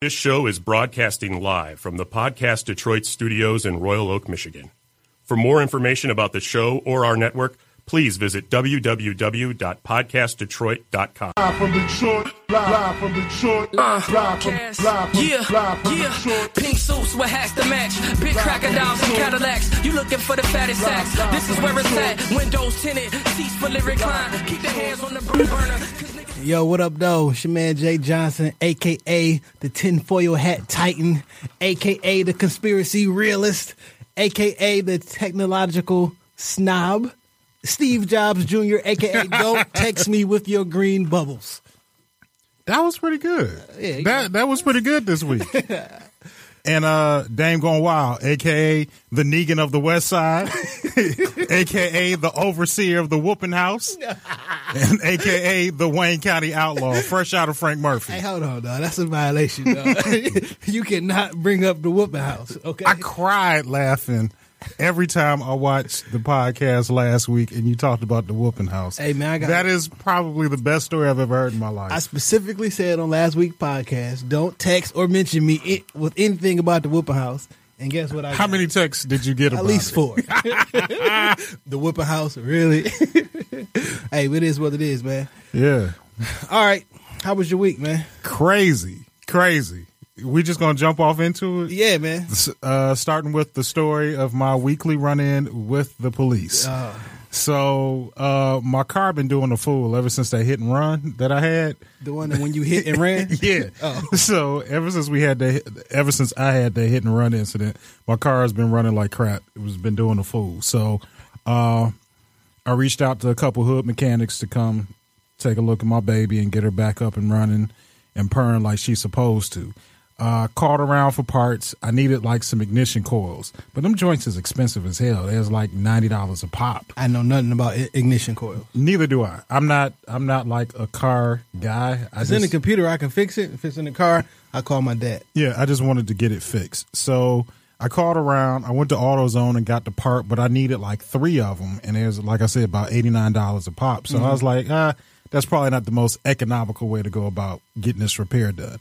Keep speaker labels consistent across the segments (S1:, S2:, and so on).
S1: This show is broadcasting live from the Podcast Detroit studios in Royal Oak, Michigan. For more information about the show or our network, please visit www.podcastdetroit.com.
S2: Live from Detroit, live from Detroit, live from, live from,
S3: Cast.
S2: live from,
S3: Uh, yeah,
S2: live from
S3: yeah.
S2: Detroit.
S3: Pink suits with hats to match. Big crocodiles and Cadillacs. You looking for the fattest sacks. This is where it's at. Windows tinted. Seats fully reclined. Keep the hands on the bur- burner. 'cause niggas
S4: Yo, what up, though? It's your man Jay Johnson, aka the tinfoil hat titan, aka the conspiracy realist, aka the technological snob, Steve Jobs Jr., aka don't text me with your green bubbles.
S5: That was pretty good.
S4: Uh, you
S5: that that was pretty good this week. and uh Dame Gone Wild, aka the Negan of the West Side, aka the overseer of the whooping house, and aka the Wayne County outlaw, fresh out of Frank
S4: Hey,
S5: Murphy.
S4: hold on, dog. That's a violation, dog. you cannot bring up the whooping house, okay?
S5: I cried laughing every time I watched the podcast last week and you talked about the whooping house.
S4: Hey, man, I got-
S5: that is probably the best story I've ever heard in my life.
S4: I specifically said on last week's podcast, don't text or mention me it, with anything about the whooping house. And guess what? I
S5: How
S4: got?
S5: many texts did you get about
S4: At least
S5: it?
S4: four. the Whipper House, really. hey, it is what it is, man.
S5: Yeah.
S4: All right, how was your week, man?
S5: crazy, crazy. We just gonna jump off into it.
S4: Yeah, man.
S5: S- Uh, starting with the story of my weekly run-in with the police. So uh, my car been doing a fool ever since that hit and run that I had.
S4: The one that when you hit and ran. Oh.
S5: Yeah. So ever since we had that, ever since I had that hit and run incident, my car has been running like crap. It was been doing a fool. So uh, I reached out to a couple hood mechanics to come take a look at my baby and get her back up and running and purring like she's supposed to. Uh, called around for parts. I needed like some ignition coils, but them joints is expensive as hell. There's like ninety dollars a pop.
S4: I know nothing about i- ignition coil.
S5: Neither do I. I'm not. I'm not like a car guy. I
S4: It's in the
S5: just-
S4: computer. I can fix it. If it's in the car, I call my dad.
S5: Yeah, I just wanted to get it fixed. So I called around. I went to AutoZone and got the part, but I needed like three of them, and there's like I said, about eighty nine dollars a pop. So I was like, ah, that's probably not the most economical way to go about getting this repair done.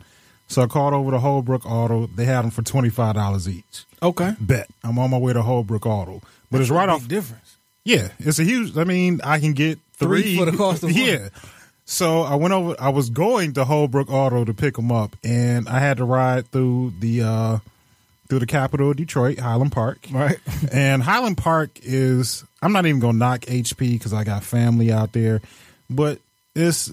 S5: So I called over to Holbrook Auto. They had them for twenty five dollars each.
S4: Okay.
S5: Bet I'm on my way to Holbrook Auto, but it's right off.
S4: difference.
S5: Yeah, it's a huge. I mean, I can get
S4: Three
S5: three,
S4: for the cost of one.
S5: Yeah. So I went over. I was going to Holbrook Auto to pick them up, and I had to ride through the uh through the capital of Detroit, Highland Park.
S4: Right.
S5: And Highland Park is. I'm not even gonna knock HP because I got family out there, but it's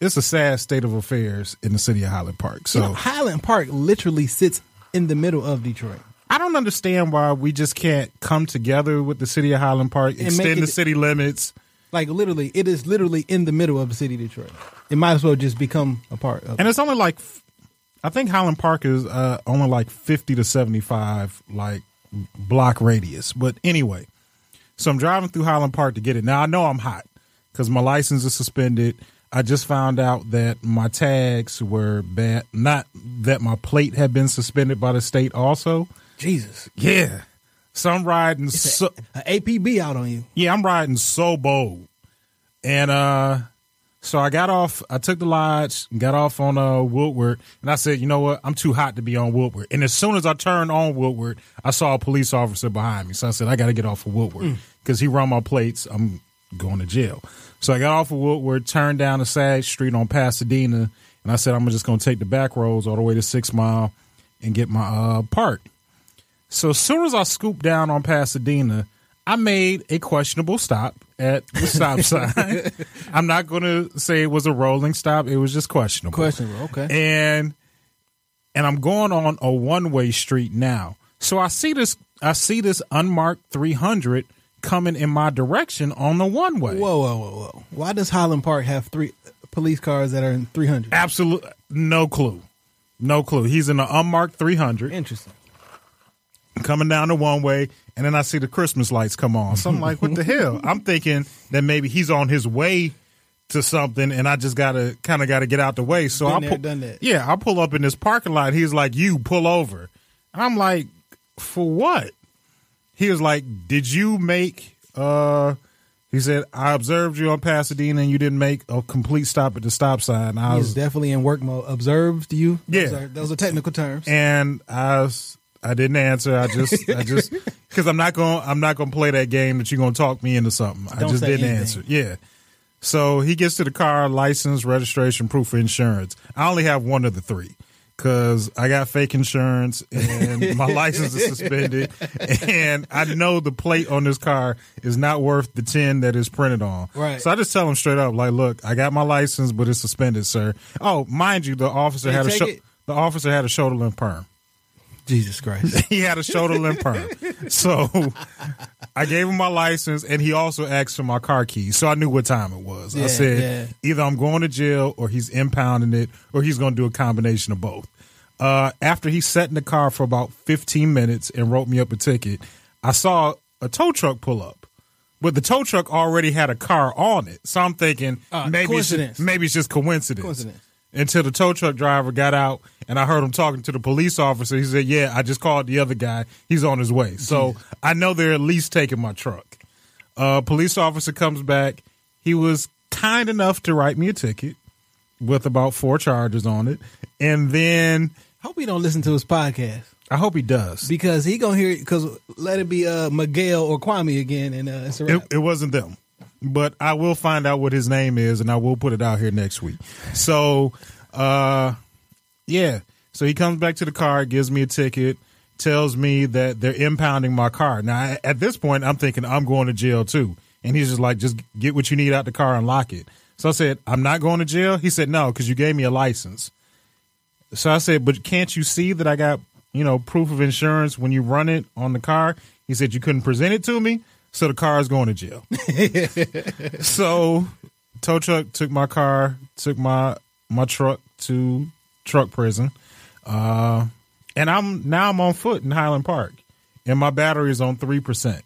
S5: it's a sad state of affairs in the city of Highland Park. So
S4: You know, Highland Park literally sits in the middle of Detroit.
S5: I don't understand why we just can't come together with the city of Highland Park,
S4: make
S5: extend
S4: it-
S5: the city limits.
S4: Like literally, it is literally in the middle of the city of Detroit. It might as well just become a part of.
S5: and it's only like I think Highland Park is uh, only like fifty to seventy five like block radius. But anyway, so I'm driving through Highland Park to get it. Now I know I'm hot because my license is suspended. I just found out that my tags were bad. Not that my plate had been suspended by the state. Also,
S4: Jesus,
S5: yeah. So I'm riding. So,
S4: an APB out on you.
S5: yeah, I'm riding so bold. And uh so I got off, I took the lodge, got off on uh Woodward, and I said, you know what, I'm too hot to be on Woodward. And as soon as I turned on Woodward, I saw a police officer behind me. So I said, I gotta get off of Woodward. Because he run my plates, I'm going to jail. So I got off of Woodward, turned down the Sag Street on Pasadena, and I said, I'm just gonna take the back roads all the way to six mile and get my uh part. So as soon as I scooped down on Pasadena, I made a questionable stop at the stop sign. I'm not going to say it was a rolling stop; it was just questionable.
S4: Questionable, okay.
S5: And and I'm going on a one way street now. So I see this I see this unmarked 300 coming in my direction on the one way.
S4: Whoa, whoa, whoa, whoa! Why does Highland Park have three police cars that are in three hundred?
S5: Absolute no clue, no clue. He's in an unmarked 300.
S4: Interesting.
S5: coming down the one way, and then I see the Christmas lights come on. So I'm like, what the hell? I'm thinking that maybe he's on his way to something, and I just gotta kind of gotta get out the way. So
S4: Been
S5: I
S4: there,
S5: pull,
S4: done that.
S5: yeah, I pull up in this parking lot. He's like, you pull over, and I'm like, for what? He was like, did you make? uh He said, I observed you on Pasadena and you didn't make a complete stop at the stop sign. I
S4: He
S5: was
S4: was definitely in work mode. Observed you.
S5: Yeah.
S4: Those are, those are technical terms.
S5: and I was, I didn't answer. I just I just because I'm not going to I'm not going to play that game that you're going to talk me into something. I
S4: Don't
S5: just
S4: say
S5: didn't
S4: anything.
S5: answer. Yeah. So he gets to the car, license, registration, proof of insurance. I only have one of the three because I got fake insurance and my license is suspended. And I know the plate on this car is not worth the 10 that is printed on.
S4: Right.
S5: So I just tell him straight up, like, look, I got my license, but it's suspended, sir. Oh, mind you, the officer
S4: They
S5: had a
S4: take
S5: sho-
S4: it?
S5: the officer had a shoulder length perm
S4: Jesus Christ.
S5: he had a shoulder limp perm. So I gave him my license and he also asked for my car keys. So I knew what time it was. I
S4: Yeah,
S5: said
S4: yeah.
S5: either I'm going to jail or he's impounding it or he's going to do a combination of both. Uh, after he sat in the car for about 15 minutes and wrote me up a ticket, I saw a tow truck pull up. But the tow truck already had a car on it. So I'm thinking
S4: Uh,
S5: maybe it's
S4: coincidence.
S5: just, maybe it's just coincidence.
S4: Coincidence.
S5: Until the tow truck driver got out and I heard him talking to the police officer. He said, Yeah, I just called the other guy. He's on his way. So I know they're at least taking my truck. Uh, police officer comes back. He was kind enough to write me a ticket with about four charges on it. And then
S4: Hope he don't listen to his podcast
S5: I hope he does.
S4: because he gonna hear it. Because let it be uh, Miguel or Kwame again, and uh, it's a
S5: It,
S4: wrap.
S5: it wasn't them. But I will find out what his name is and I will put it out here next week. So, uh, yeah. So he comes back to the car, gives me a ticket, tells me that they're impounding my car. Now, I- at this point, I'm thinking I'm going to jail too. And he's just like, just get what you need out the car and lock it. So I said, I'm not going to jail. He said, no, because you gave me a license. So I said, but can't you see that I got, you know, proof of insurance when you run it on the car? He said, you couldn't present it to me. So the car is going to jail. so tow truck took my car, took my my truck to truck prison. Uh, and I'm now I'm on foot in Highland Park and my battery is on 3%.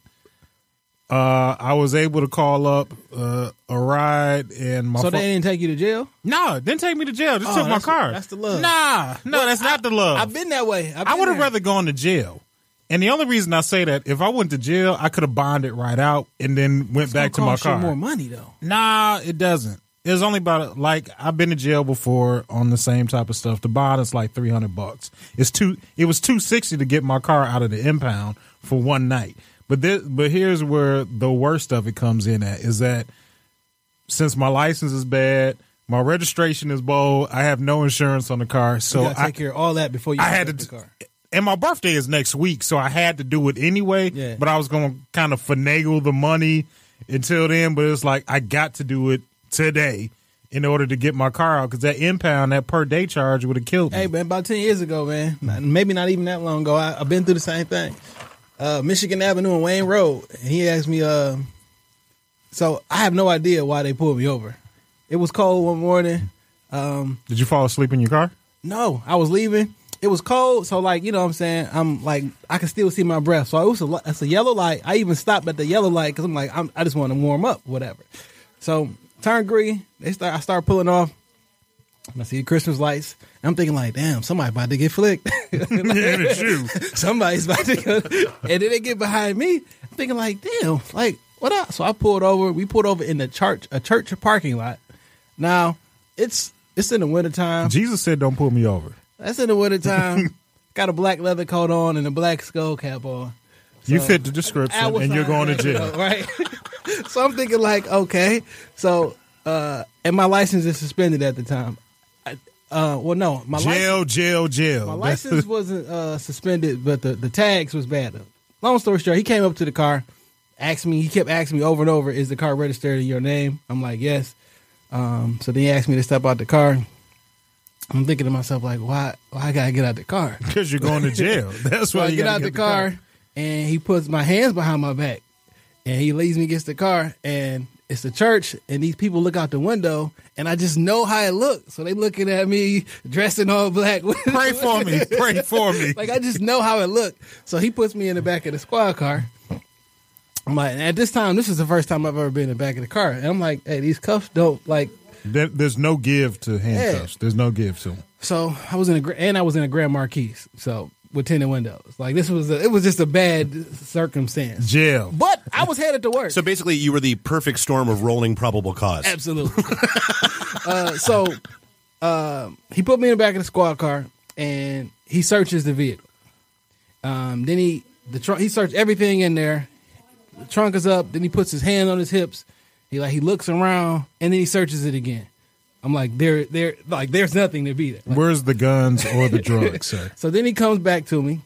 S5: Uh, I was able to call up uh, a ride and my
S4: so
S5: phone-
S4: they didn't take you to jail.
S5: no, it didn't take me to jail. Just
S4: Oh,
S5: took my
S4: that's-
S5: car.
S4: that's the love.
S5: Nah, no, that's not the love.
S4: I've been that way. I've been
S5: I would have
S4: there.
S5: rather gone to jail. And the only reason I say that, if I went to jail, I could have bonded right out and then went back to
S4: Gonna
S5: my
S4: cost you
S5: car.
S4: More money though.
S5: Nah, it doesn't. It's only about like I've been to jail before on the same type of stuff. The bond is like three hundred bucks. It's two. It was two sixty to get my car out of the impound for one night. But this, but here's where the worst of it comes in at is that since my license is bad, my registration is bold. I have no insurance on the car,
S4: You
S5: so
S4: gotta
S5: I
S4: take care of all that before you.
S5: I
S4: pick
S5: had to.
S4: up the car.
S5: And my birthday is next week, so I had to do it anyway.
S4: Yeah.
S5: But I was going to kind of finagle the money until then. But it's like I got to do it today in order to get my car out because that impound, that per day charge would have killed me.
S4: Hey, man, about 10 years ago, man, not- maybe not even that long ago, I, I've been through the same thing. Uh, Michigan Avenue and Wayne Road. And he asked me, uh, so I have no idea why they pulled me over. It was cold one morning. Um,
S5: Did you fall asleep in your car?
S4: no, I was leaving. It was cold, so like you know, what I'm saying I'm like I can still see my breath. So it was a li- it's a yellow light. I even stopped at the yellow light because I'm like I'm, I just want to warm up, whatever. So turn green. They start. I start pulling off. And I see the Christmas lights. And I'm thinking like, damn, somebody about to get flicked.
S5: yeah, it's you.
S4: Somebody's about to go. And then they get behind me. I'm thinking like, damn, like what up? So I pulled over. We pulled over in the church, a church parking lot. Now it's it's in the wintertime.
S5: Jesus said, "Don't pull me over."
S4: That's in the wintertime. Got a black leather coat on and a black skull cap on.
S5: you fit the description,
S4: I was
S5: and you're
S4: like,
S5: going to
S4: you
S5: jail.
S4: know, right? so I'm thinking like, okay, so uh, and my license is suspended at the time. I- Uh, well, no, my license.
S5: Jail, jail, jail.
S4: My
S5: That's-
S4: license wasn't uh, suspended, but the, the tags was bad. Long story short, he came up to the car, asked me. He kept asking me over and over, "Is the car registered in your name?" I'm like, "Yes." Um, so then he asked me to step out the car. I'm thinking to myself, like, "Why? Why I gotta get out the car?"
S5: Because you're going to jail. That's
S4: So
S5: why
S4: I
S5: you
S4: get
S5: gotta
S4: out the, car, and he puts my hands behind my back, and he leads me against the car, and it's the church, and these people look out the window, and I just know how it looks. So they looking at me dressed in all black.
S5: Pray for me. Pray for me.
S4: like I just know how it looked. So he puts me in the back of the squad car. I'm like, and at this time, this is the first time I've ever been in the back of the car, and I'm like, hey, these cuffs don't like.
S5: There- there's no give to handcuffs. There's no give to them.
S4: So I was in a gra- and I was in a Grand Marquis. So with tinted windows. Like this was a, it was just a bad circumstance.
S5: Jail.
S4: But I was headed to work.
S6: So basically, you were the perfect storm of rolling probable cause.
S4: Absolutely. uh, so uh, he put me in the back of the squad car and he searches the vehicle. Um, then he the trunk he searched everything in there. The trunk is up. Then he puts his hand on his hips. He like he looks around and then he searches it again. I'm like there there like there's nothing to be there. Like,
S5: Where's the guns or the drugs, sir?
S4: so then he comes back to me.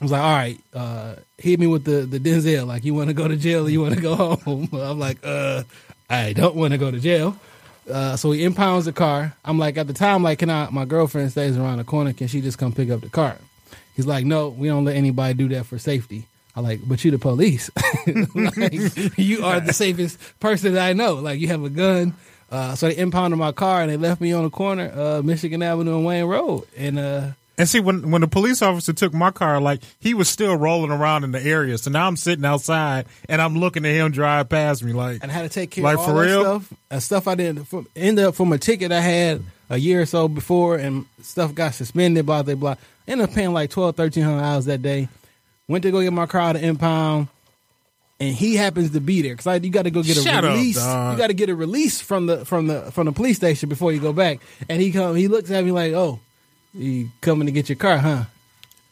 S4: I was like, all right, uh, hit me with the, the Denzel. Like, you want to go to jail or you want to go home? I'm like, uh, I don't want to go to jail. Uh, so he impounds the car. I'm like, at the time, like, can I? My girlfriend stays around the corner. Can she just come pick up the car? He's like, no, we don't let anybody do that for safety. I like, but you the police. like, you are the safest person that I know. Like, you have a gun. Uh, so they impounded my car and they left me on the corner, uh, Michigan Avenue and Wayne Road. And uh,
S5: And see, when when the police officer took my car, like he was still rolling around in the area. So now I'm sitting outside and I'm looking at him drive past me, like
S4: and how to take care
S5: Like,
S4: of all
S5: for
S4: that
S5: real?
S4: stuff. And stuff I didn't from, end up from a ticket I had a year or so before, and stuff got suspended. Blah blah blah. Ended up paying like twelve, thirteen hundred dollars that day. Went to go get my car to impound, and he happens to be there because like, you got to go get a
S5: Shut up,
S4: release.
S5: dog.
S4: you got to get a release from the from the from the police station before you go back. And he come, he looks at me like, "Oh, you coming to get your car, huh?"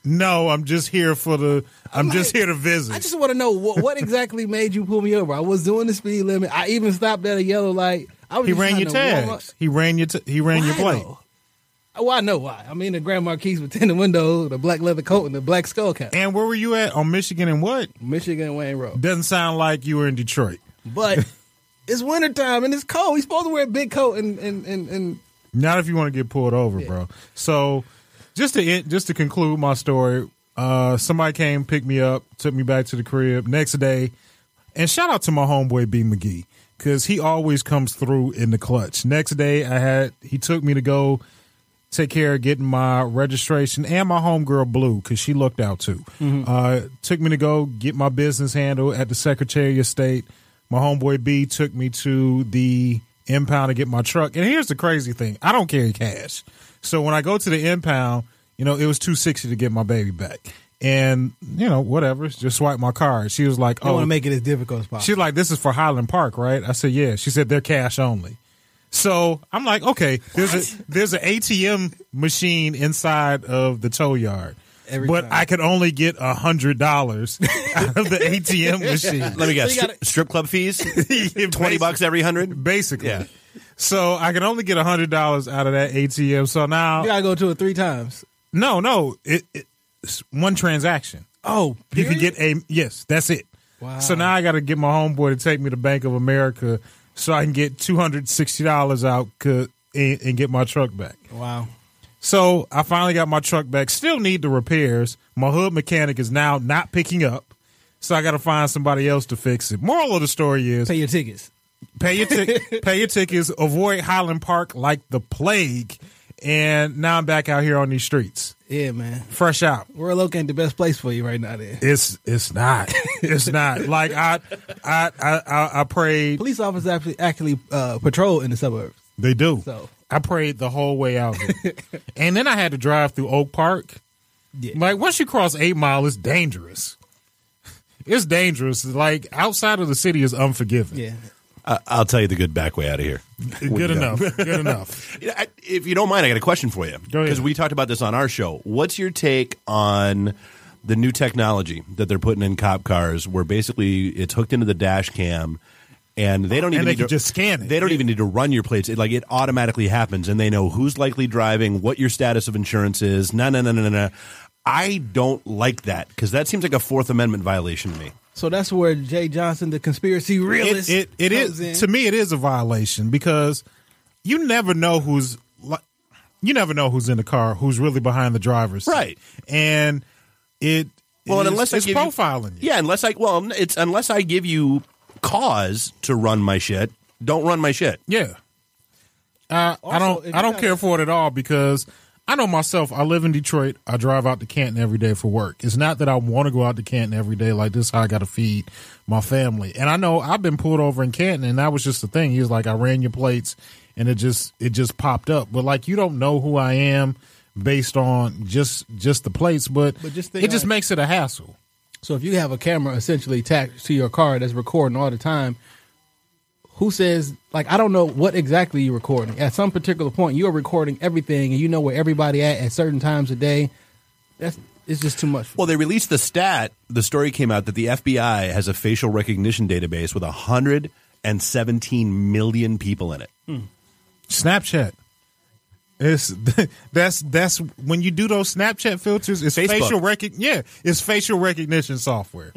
S5: no, I'm just here for the, I'm, just
S4: like-
S5: here to visit.
S4: I just want to know what, what exactly made you pull me over. I was doing the speed limit. I even stopped at a yellow light. I was
S5: he
S4: just
S5: ran
S4: trying
S5: your
S4: to warm up.
S5: tags. He ran your t- he ran your
S4: Why,
S5: plate.
S4: though? Well, I know why. I mean, the Grand Marquis with tinted windows, the black leather coat, and the black skull cap.
S5: And where were you at on Michigan and what?
S4: Michigan Wayne Road.
S5: Doesn't sound like you were in Detroit.
S4: But it's wintertime and it's cold. He's supposed to wear a big coat and and and, and
S5: Not if you want to get pulled over, bro. So, just to end, just to conclude my story, uh, somebody came, picked me up, took me back to the crib. Next day, and shout out to my homeboy B McGee because he always comes through in the clutch. Next day, I had he took me to go take care of getting my registration and my homegirl Blue because she looked out too. Uh, took me to go get my business handle at the Secretary of State. My homeboy B took me to the impound to get my truck. And here's the crazy thing: I don't carry cash, so when I go to the impound, you know, it was two sixty to get my baby back. And you know, whatever, just swipe my card. She was like,
S4: I want
S5: "Oh,
S4: to make it as difficult as
S5: She's
S4: possible.
S5: like, this is for Highland Park, right? I said, yeah. She said they're cash only. So I'm like, okay, there's a there's an ATM machine inside of the tow yard,
S4: Every
S5: but
S4: time.
S5: I could only get a hundred dollars out of the ATM machine.
S6: Let me guess.
S4: So you gotta-
S6: stri- strip club fees, twenty
S5: Basically-
S6: bucks every hundred.
S5: basically.
S6: Yeah.
S5: So I could only get a hundred dollars out of that ATM. So now,
S4: you gotta go to it three times.
S5: no, no, it, it, it's one transaction.
S4: Oh,
S5: You can get a yes. That's it.
S4: Wow.
S5: So now I got to get my homeboy to take me to Bank of America so I can get two hundred sixty dollars out co- and, and get my truck back.
S4: wow.
S5: So I finally got my truck back. Still need the repairs. My hood mechanic is now not picking up. So I got to find somebody else to fix it. Moral of the story is
S4: Pay your tickets.
S5: pay your tic- pay your tickets. Avoid Highland Park like the plague. And now I'm back out here on these streets,
S4: Yeah, man.
S5: fresh out.
S4: Royal Oak ain't the best place for you right now. Then
S5: It's it's not. It's not. Like I I I I, I prayed.
S4: police officers actually actually uh, patrol in the suburbs.
S5: They do.
S4: So.
S5: I prayed the whole way out, here. and then I had to drive through Oak Park.
S4: Yeah.
S5: Like once you cross Eight Mile, it's dangerous. It's dangerous. Like outside of the city is unforgiving.
S4: Yeah.
S6: I- I'll tell you the good back way out of here.
S5: Good enough. Good enough.
S6: You know, I- If you don't mind, I got a question for you
S5: Go ahead.
S6: because we talked about this on our show. What's your take on the new technology that they're putting in cop cars, where basically it's hooked into the dash cam, and they don't even
S5: they
S6: need
S5: can
S6: to
S5: just scan it.
S6: They don't even need to run your plates. It, like it automatically happens, and they know who's likely driving, what your status of insurance is. No, no, no, no, no, no. I don't like that because that seems like a Fourth Amendment violation to me.
S4: So that's where Jay Johnson, the conspiracy
S5: It
S4: realist,
S5: it, it
S4: comes in.
S5: is to me. It is a violation because you never know who's like you never know who's in the car, who's really behind the driver's seat.
S6: Right.
S5: and it
S6: Well,
S5: it
S6: and
S5: is-
S6: unless
S5: it's
S6: I give
S5: profiling you.
S6: you, yeah, unless I well, it's unless I give you cause to run my shit. Don't run my shit.
S5: Yeah. Uh, I
S4: Also, if
S5: don't. I
S4: you
S5: don't
S4: got-
S5: care for it at all because I know myself. I live in Detroit. I drive out to Canton every day for work. It's not that I want to go out to Canton every day. Like this, is how I got to feed my family. And I know I've been pulled over in Canton, and that was just the thing. He was like, I ran your plates, and it just it just popped up. But like, you don't know who I am. based on just just the plates, but,
S7: But just think
S5: it just
S7: like-
S5: makes it a hassle.
S4: So if you have a camera essentially attached to your car that's recording all the time, who says like I don't know what exactly you're recording. At some particular point, you are recording everything, and you know where everybody at at certain times of day. That's it's just too much.
S6: Well, they released the stat. The story came out that the FBI has a facial recognition database with 117 million people in it.
S5: Snapchat. It's that's that's when you do those Snapchat filters. It's
S6: Facebook.
S5: facial recognition. Yeah, it's facial recognition software.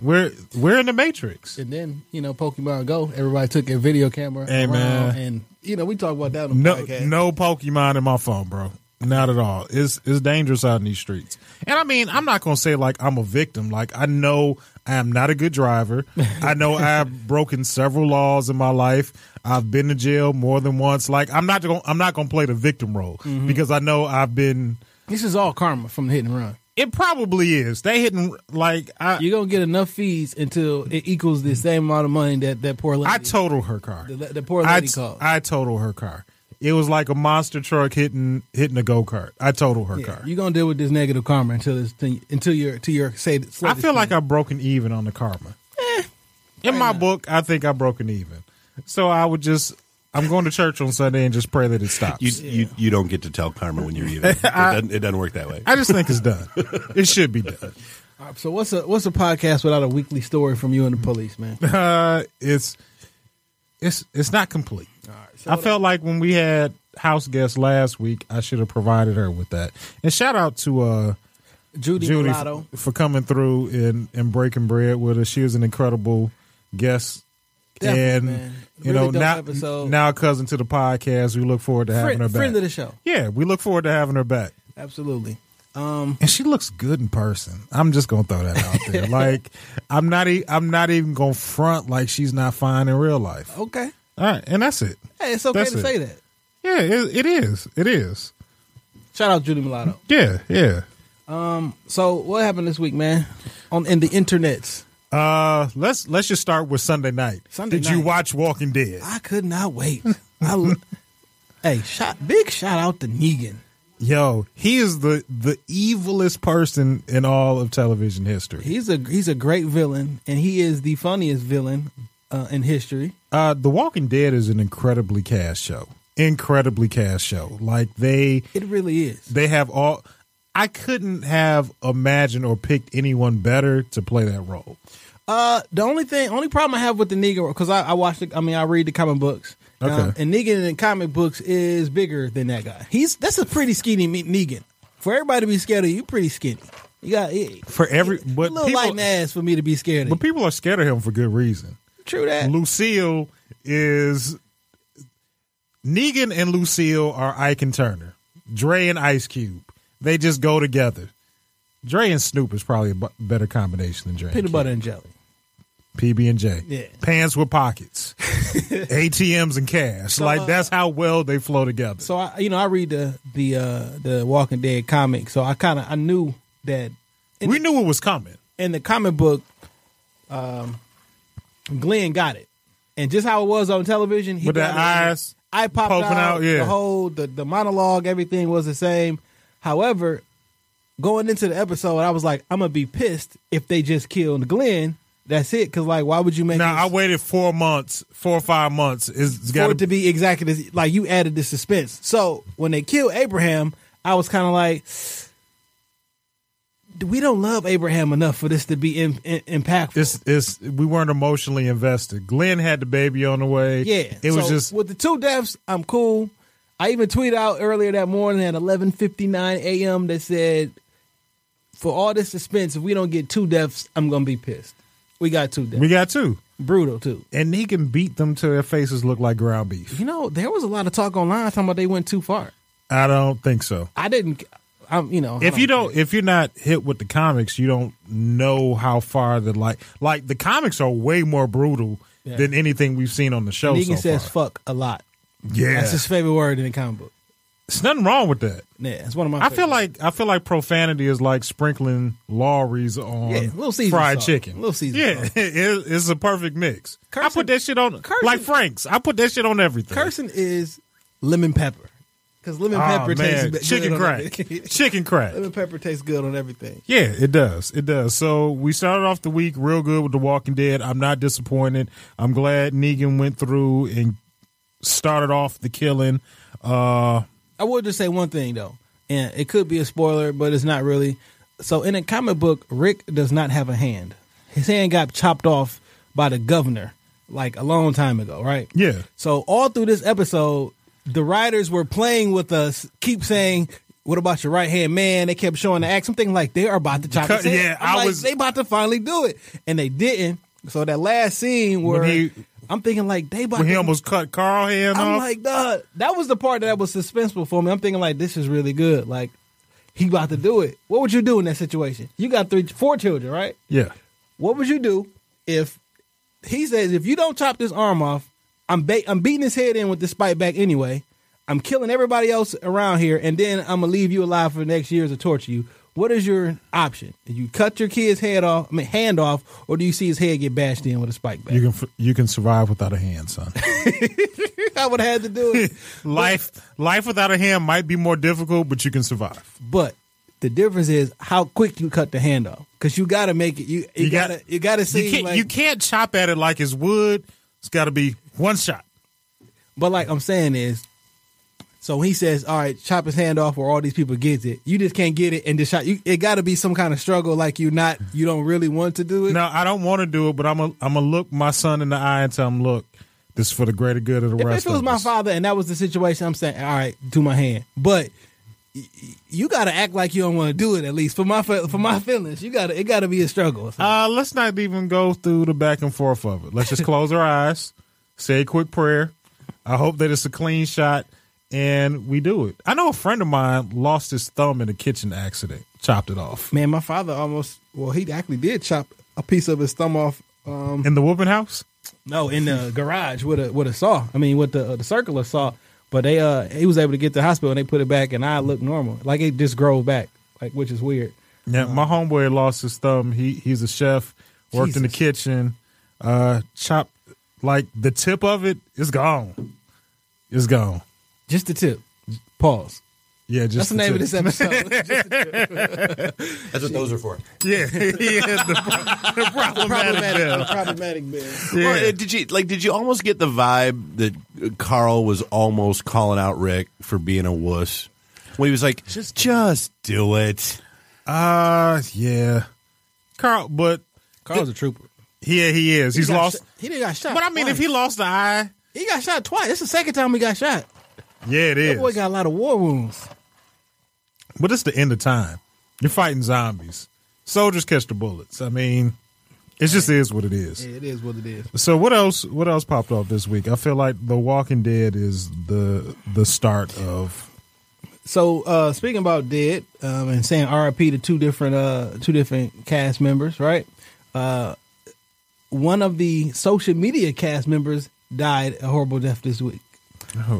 S5: We're we're in the matrix.
S4: and then you know Pokemon Go, everybody took a video camera,
S5: Hey,
S4: around,
S5: man.
S4: and you know we talked about that on the
S5: No,
S4: podcast.
S5: no Pokemon in my phone, bro. Not at all. It's it's dangerous out in these streets. And I mean, I'm not gonna say like I'm a victim. Like I know I am not a good driver. I know I've broken several laws in my life. I've been to jail more than once. Like I'm not gonna I'm not gonna play the victim role because I know I've been.
S4: This is all karma from the hit and run.
S5: It probably is. They hitting like I
S4: You're gonna get enough fees until it equals the same amount of money that that poor lady.
S5: I total her car.
S4: the, the poor
S5: I
S4: lady
S5: t-
S4: called.
S5: I total her car. It was like a monster truck hitting hitting a go kart. I total her car.
S4: You're gonna deal with this negative karma until it's until you're to your say.
S5: I feel like I've broken even on the karma.
S4: Eh,
S5: In my book, I think I've broken even. So I would just, I'm going to church on Sunday and just pray that it stops.
S6: You, you, you don't get to tell Karma when you're even. It doesn't, it doesn't work that way.
S5: I just think it's done. it should be done.
S4: so. What's a what's a podcast without a weekly story from you and the police, man?
S5: Uh, it's, it's, it's not complete. I felt like when we had house guests last week, I should have provided her with that. And shout out to uh,
S4: Judy,
S5: Judy
S4: Mulatto.
S5: for, for coming through and, and breaking bread with us. She was an incredible guest.
S4: Definitely,
S5: and
S4: man.
S5: you
S4: Really
S5: know
S4: dope
S5: now,
S4: episode.
S5: now a cousin to the podcast. We look forward to having her
S4: friend,
S5: back.
S4: friend of the show.
S5: yeah, we look forward to having her back.
S4: Absolutely. Um,
S5: And she looks good in person. I'm just gonna throw that out there. like I'm not e- I'm not even gonna front like she's not fine in real life.
S4: okay.
S5: All right, and that's it.
S4: Hey, it's okay
S5: That's
S4: to
S5: it.
S4: say that.
S5: Yeah, it, it is. It is.
S4: Shout out Judy Mulatto.
S5: Yeah, yeah.
S4: So what happened this week, man? On in the internets.
S5: Uh, let's let's just start with Sunday night.
S4: Sunday
S5: Did you
S4: night.
S5: watch Walking Dead?
S4: I could not wait. I lo- hey, shout big shout out to Negan.
S5: Yo, he is the the evilest person in all of television history.
S4: He's a he's a great villain, and he is the funniest villain uh, in history.
S5: Uh The Walking Dead is an incredibly cast show. Incredibly cast show. Like they
S4: It really is.
S5: they have all I couldn't have imagined or picked anyone better to play that role.
S4: Uh, the only thing, only problem I have with the Negan because I, I watched, the, I mean, I read the comic books.
S5: Okay.
S4: Um, and Negan in comic books is bigger than that guy. He's that's a pretty skinny me- Negan. For everybody to be scared of you, pretty skinny. You got it,
S5: For every but
S4: a little
S5: people,
S4: light in the ass for me to be scared
S5: but
S4: of.
S5: people are scared of him for good reason.
S4: you. True that.
S5: Lucille is Negan and Lucille are Ike and Turner. Dre and Ice Cube. They just go together. Dre and Snoop is probably a bu- better combination than Dre.
S4: Peanut butter and jelly.
S5: PB and J.
S4: Yeah.
S5: Pants with pockets. ATMs and cash. like that's how well they flow together.
S4: uh, So I, you know, I read the the uh the Walking Dead comic, so I kind of I knew that
S5: we knew it was coming.
S4: in the comic book, um, Glenn got it, and just how it was on television. He
S5: With
S4: got
S5: the
S4: it.
S5: eyes
S4: eye popped
S5: poking
S4: out,
S5: out, yeah.
S4: The whole the, the monologue, everything was the same. However, going into the episode, I was like, I'm gonna be pissed if they just killed Glenn. That's it, because like, why would you make
S5: Now I
S4: this-
S5: waited four months, four or five months. It's
S4: for
S5: got
S4: it to be exactly this, like you added the suspense. So when they kill Abraham, I was kind of like, we don't love Abraham enough for this to be in, in, impactful.
S5: It's, it's we weren't emotionally invested. Glenn had the baby on the way.
S4: yeah,
S5: it was
S4: So
S5: just
S4: with the two deaths. I'm cool. I even tweeted out earlier that morning at 11:59 a.m. that said, for all this suspense, if we don't get two deaths, I'm gonna be pissed. We got two deaths,
S5: we got two.
S4: brutal too.
S5: and he can beat them till their faces look like ground beef.
S4: You know, there was a lot of talk online talking about they went too far.
S5: I don't think so.
S4: I didn't. I'm, you know, I
S5: If you don't, if you're not hit with the comics, you don't know how far the like like the comics are way more brutal
S4: Yeah.
S5: than anything we've seen on the show.
S4: Negan
S5: so
S4: says
S5: far.
S4: "fuck" a lot.
S5: "Yeah."
S4: that's his favorite word in the comic book.
S5: There's nothing wrong with that.
S4: Yeah, it's one of my.
S5: I feel
S4: favorite.
S5: like I feel like profanity is like sprinkling lorries on
S4: Yeah, Little Caesar
S5: fried
S4: sauce.
S5: chicken.
S4: Little Caesar
S5: yeah,
S4: sauce.
S5: it- it's a perfect mix. I
S4: Cursing-
S5: put that shit on
S4: cursing-
S5: like Frank's. I put that shit on everything.
S4: cursing is lemon pepper.
S7: because lemon
S5: Aw,
S7: pepper tastes
S5: Oh, Ah, man.
S7: good
S5: chicken
S7: on
S5: crack,
S7: everything.
S5: chicken crack.
S7: lemon pepper tastes good on everything.
S5: Yeah, it does. It does. So we started off the week real good with The Walking Dead. I'm not disappointed. I'm glad Negan went through and started off the killing. Uh
S4: I will just say one thing though, and it could be a spoiler, but it's not really. So in a comic book, Rick does not have a hand. His hand got chopped off by the governor like a long time ago, right?
S5: Yeah.
S4: So all through this episode, the writers were playing with us, keep saying, "What about your right hand man?" They kept showing the axe. I'm thinking like they are about to chop.
S5: Cut-
S4: his hand.
S5: yeah,
S4: I'm
S5: I
S4: like,
S5: was-
S4: They about to finally do it, and they didn't. So that last scene where
S5: he-
S4: I'm thinking like they about
S5: when he
S4: to
S5: almost cut Carl hand
S4: I'm
S5: off.
S4: like, duh. That was the part that was suspenseful for me. I'm thinking like, this is really good. Like, he about to do it. What would you do in that situation? You got three, four children, right?
S5: yeah.
S4: What would you do if he says, if you don't chop this arm off, I'm ba- I'm beating his head in with the spike back anyway. I'm killing everybody else around here, and then I'm gonna leave you alive for the next years to torture you. What is your option? Do you cut your kid's head off, I mean hand off, or do you see his head get bashed in with a spike back?
S5: You can f- you can survive without a hand, son.
S4: I would have had to do it.
S5: life life without a hand might be more difficult, but you can survive.
S4: But the difference is how quick you cut the hand off. Cause you gotta make it. You you,
S5: You got-
S4: gotta you gotta
S5: you
S4: see
S5: can't
S4: like.
S5: you can't chop at it like it's wood. It's got to be one shot.
S4: But like I'm saying is, so he says, "All right, chop his hand off, or all these people gets it." You just can't get it, and just shot. You, it gotta be some kind of struggle. Like you not you don't really want to do it.
S5: No, I don't want to do it, but I'm a, I'm gonna look my son in the eye and tell him, look, this is for the greater good of the
S4: If
S5: rest.
S4: it was
S5: of
S4: my
S5: us.
S4: father and that was the situation, I'm saying, all right, do my hand. But y- y- you gotta act like you don't want to do it at least for my fe- for my feelings. You gotta it gotta be a struggle. So-
S5: Uh, let's not even go through the back and forth of it. Let's just close our eyes, say a quick prayer. I hope that it's a clean shot, and we do it. I know a friend of mine lost his thumb in a kitchen accident, chopped it off
S4: Man, my father almost well, he actually did chop a piece of his thumb off. Um,
S5: in the whooping house.
S4: No, in the garage with a with a saw. I mean, with the uh, the circular saw. But they uh he was able to get to the hospital and they put it back and I looked normal. Like it just grows back, like which is weird.
S5: Yeah,
S4: uh-huh.
S5: my homeboy lost his thumb. He he's a chef, worked in the
S4: Jesus.
S5: kitchen, uh, chopped like the tip of it is gone. It's gone.
S4: Just the tip. Pause.
S5: Yeah,
S4: That's
S5: just
S4: the name of
S5: tip.
S4: this episode.
S6: That's what those are for.
S5: Yeah, yeah, the, pro- the problematic bill.
S4: problematic bill.
S5: Yeah.
S6: Well, uh, did you like? Did you almost get the vibe that Carl was almost calling out Rick for being a wuss when he was like, "Just, just do it."
S5: Uh, yeah, Carl, but
S4: Carl's a trooper.
S5: yeah, he is. He's
S4: He got
S5: lost.
S4: sh- he didn't got shot.
S5: But I mean, if he
S4: twice.
S5: lost the eye,
S4: he got shot twice. It's the second time he got shot.
S5: yeah, it
S4: That boy
S5: is.
S4: got a lot of war wounds.
S5: but it's the end of time. You're fighting zombies. Soldiers catch the bullets. I mean, it just is what it is.
S4: it is what it is.
S5: So what else? What else popped off this week? I feel like The Walking Dead is the the start of.
S4: So uh speaking about dead um, and saying RIP to two different uh two different cast members, right? Uh one of the social media cast members died a horrible death this week.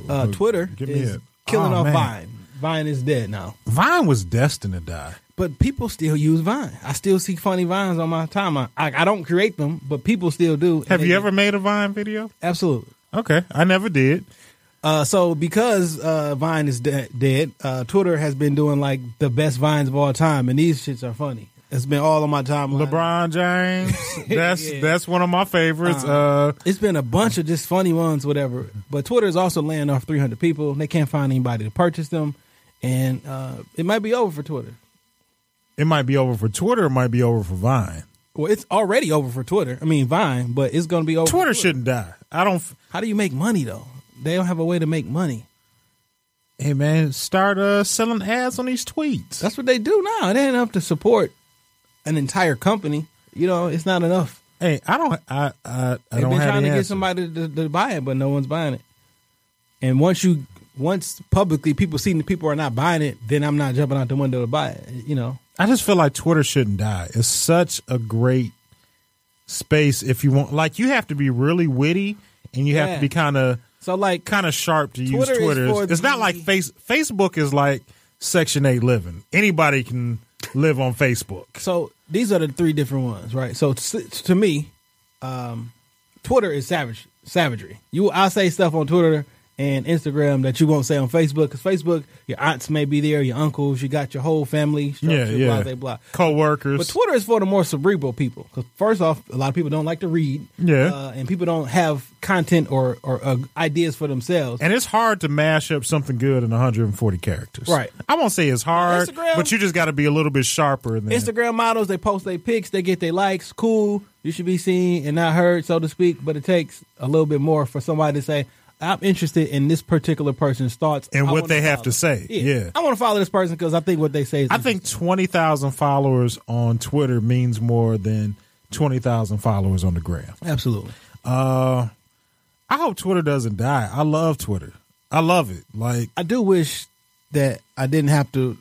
S4: Uh Twitter
S5: Give me
S4: is
S5: a-
S4: killing
S5: Oh,
S4: off
S5: man.
S4: Vine. Vine is dead now.
S5: Vine was destined to die.
S4: But people still use Vine. I still see funny vines on my timeline. I, I don't create them, but people still do. and
S5: Have
S4: they
S5: you
S4: get-
S5: ever made a Vine video?
S4: Absolutely.
S5: Okay, I never did.
S4: Uh, so because uh, Vine is de- dead, uh, Twitter has been doing like the best vines of all time, and these shits are funny. It's been all on my timeline.
S5: LeBron James. That's
S4: Yeah.
S5: that's one of my favorites. Uh,
S4: It's been a bunch of just funny ones, whatever. But Twitter is also laying off 300 people. They can't find anybody to purchase them, and uh, it might be over for Twitter.
S5: it might be over for Twitter. It might be over for Vine.
S4: Well, it's already over for Twitter. I mean Vine, but it's going to be over. for
S5: Twitter shouldn't die. I don't. f-
S4: How do you make money though? They don't have a way to make money.
S5: Hey man, start uh, selling ads on these tweets.
S4: That's what they do now. It ain't enough to support an entire company. You know, it's not enough.
S5: hey, I don't. I I, I
S4: They've
S5: don't
S4: been
S5: have
S4: trying to
S5: the
S4: get
S5: answer.
S4: somebody to, to buy it, but no one's buying it. And once you, once publicly people see that people are not buying it, then I'm not jumping out the window to buy it. You know,
S5: I just feel like Twitter shouldn't die. It's such a great space if you want. Like you have to be really witty and you have
S4: Yeah.
S5: to be kind of
S4: so like,
S5: kind of sharp to
S4: Twitter is
S5: use Twitter.
S4: for
S5: It's, it's not
S4: the-
S5: like face Facebook is like Section Eight living. Anybody can live on Facebook.
S4: so these are the three different ones, right? So t- to me, um, Twitter is savage savagery. You, I say stuff on Twitter and Instagram that you won't say on Facebook because Facebook, your aunts may be there, your uncles, you got your whole family,
S5: Yeah,
S4: structure,
S5: yeah.
S4: blah, blah, blah.
S5: Co-workers.
S4: But Twitter is for the more cerebral people. 'Cause first off, a lot of people don't like to read.
S5: Yeah.
S4: Uh, and people don't have content or, or uh, ideas for themselves.
S5: and it's hard to mash up something good in 140 characters.
S4: Right.
S5: I won't say it's hard,
S4: Instagram-
S5: but you just got to be a little bit sharper than
S4: Instagram models, they post their pics, they get their likes. Cool. You should be seen and not heard, so to speak. But it takes a little bit more for somebody to say, I'm interested in this particular person's thoughts
S5: and
S4: I
S5: what
S4: wanna
S5: they have
S4: follow."
S5: to say. Yeah.
S4: I want to follow this person because I think what they say is.
S5: I think 20,000 followers on Twitter means more than 20,000 followers on the gram.
S4: Absolutely.
S5: I hope Twitter doesn't die. I love Twitter. I love it. Like,
S4: I do wish that I didn't have to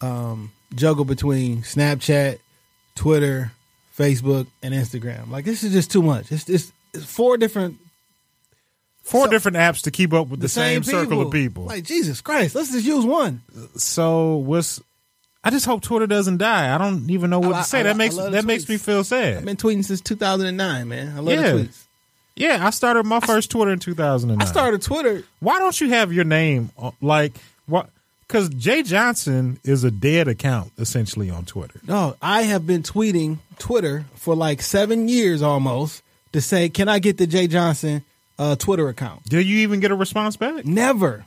S4: um, juggle between Snapchat, Twitter, Facebook, and Instagram. Like, this is just too much. It's, it's, it's four different
S5: four different apps to keep up with the, same, circle of people.
S4: Like Jesus Christ, let's just use one.
S5: so what's I just hope Twitter doesn't die. I don't even know what
S4: I-
S5: to say.
S4: I- I
S5: that makes
S4: love the
S5: that makes
S4: tweets.
S5: me feel sad.
S4: I've been tweeting since 2009, man. I love
S5: Yeah.
S4: the tweets.
S5: yeah, I started my first Twitter in 2009.
S4: I started Twitter.
S5: Why don't you have your name on- like what cuz Jay Johnson is a dead account essentially on Twitter.
S4: No, I have been tweeting Twitter for like seven years almost to say, can I get the Jay Johnson uh, Twitter account?
S5: Did you even get a response back?
S4: Never.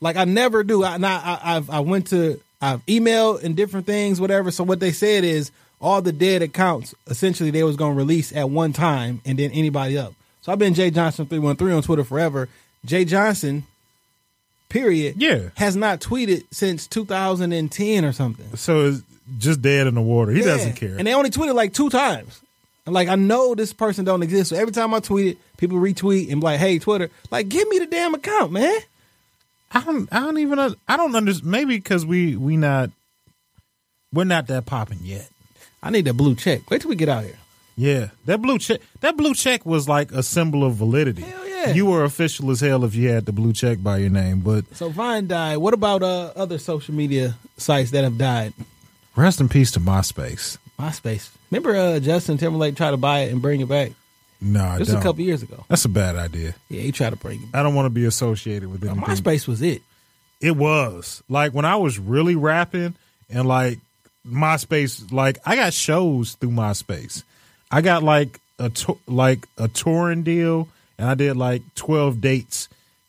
S4: Like I never do. I, and I, I I've I went to I've emailed and different things, whatever. So what they said is all the dead accounts essentially they was gonna release at one time and then anybody up. So I've been Jay Johnson three one three on Twitter forever. Jay Johnson, period.
S5: Yeah.
S4: has not tweeted since two thousand and ten or something.
S5: So it's just dead in the water. He
S4: Yeah.
S5: doesn't care.
S4: And they only tweeted like two times. And like I know this person don't exist. So every time I tweet it, people retweet and be like, "Hey, Twitter, like give me the damn account, man."
S5: I don't. I don't even. I don't understand. Maybe because we we not we're not that popping yet.
S4: I need that blue check. Wait till we get out here.
S5: Yeah, that blue check. That blue check was like a symbol of validity.
S4: Hell yeah.
S5: You were official as hell if you had the blue check by your name. But
S4: So Vine died. What about uh, other social media sites that have died?
S5: rest in peace to MySpace.
S4: MySpace. Remember uh, Justin Timberlake tried to buy it and bring it back?
S5: No, I
S4: Just
S5: don't.
S4: a couple years ago.
S5: That's a bad idea.
S4: Yeah, he tried to bring it. back.
S5: I don't want to be associated with anything.
S4: MySpace was it.
S5: It was like when I was really rapping and like MySpace. Like I got shows through MySpace. I got like a to- like a touring deal, and I did like twelve dates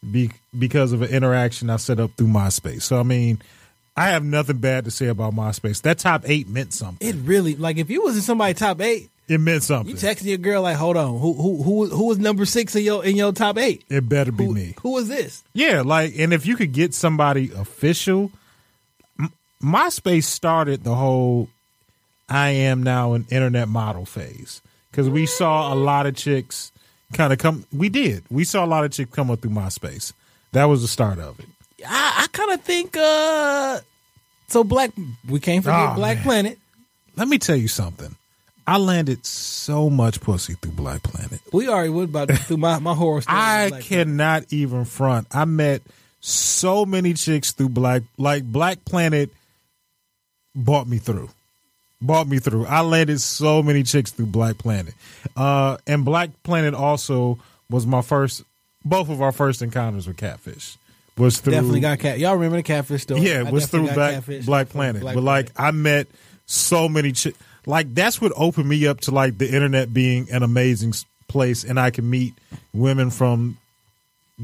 S5: be- because of an interaction I set up through MySpace. So I mean, I have nothing bad to say about MySpace. That top eight meant something.
S4: It really like if you was in somebody top eight,
S5: It meant
S4: you
S5: something.
S4: texting your girl like, hold on, who who who who was number six in your in your top eight?
S5: it better be
S4: Who,
S5: me.
S4: who was this?
S5: Yeah, like, and if you could get somebody official, M- MySpace started the whole "I am now an internet model" phase because we saw a lot of chicks kind of come. We did. We saw a lot of chicks come up through MySpace. That was the start of it.
S4: I, I kind of think uh so black we can't forget
S5: Oh,
S4: Black
S5: man.
S4: Planet.
S5: Let me tell you something. I landed so much pussy through Black Planet.
S4: We already went about through my my horror story.
S5: I
S4: Black Planet.
S5: cannot even front. I met so many chicks through Black like Black Planet bought me through. Bought me through. I landed so many chicks through Black Planet. Uh and Black Planet also was my first both of our first encounters with catfish. Was through
S4: definitely got cat. Y'all remember the catfish story?
S5: yeah,
S4: I
S5: it was
S4: definitely
S5: through
S4: got
S5: Black
S4: catfished
S5: Black
S4: from
S5: Planet.
S4: Black
S5: but like
S4: Planet.
S5: I met so many chi- like that's what opened me up to like the internet being an amazing s- place and I could meet women from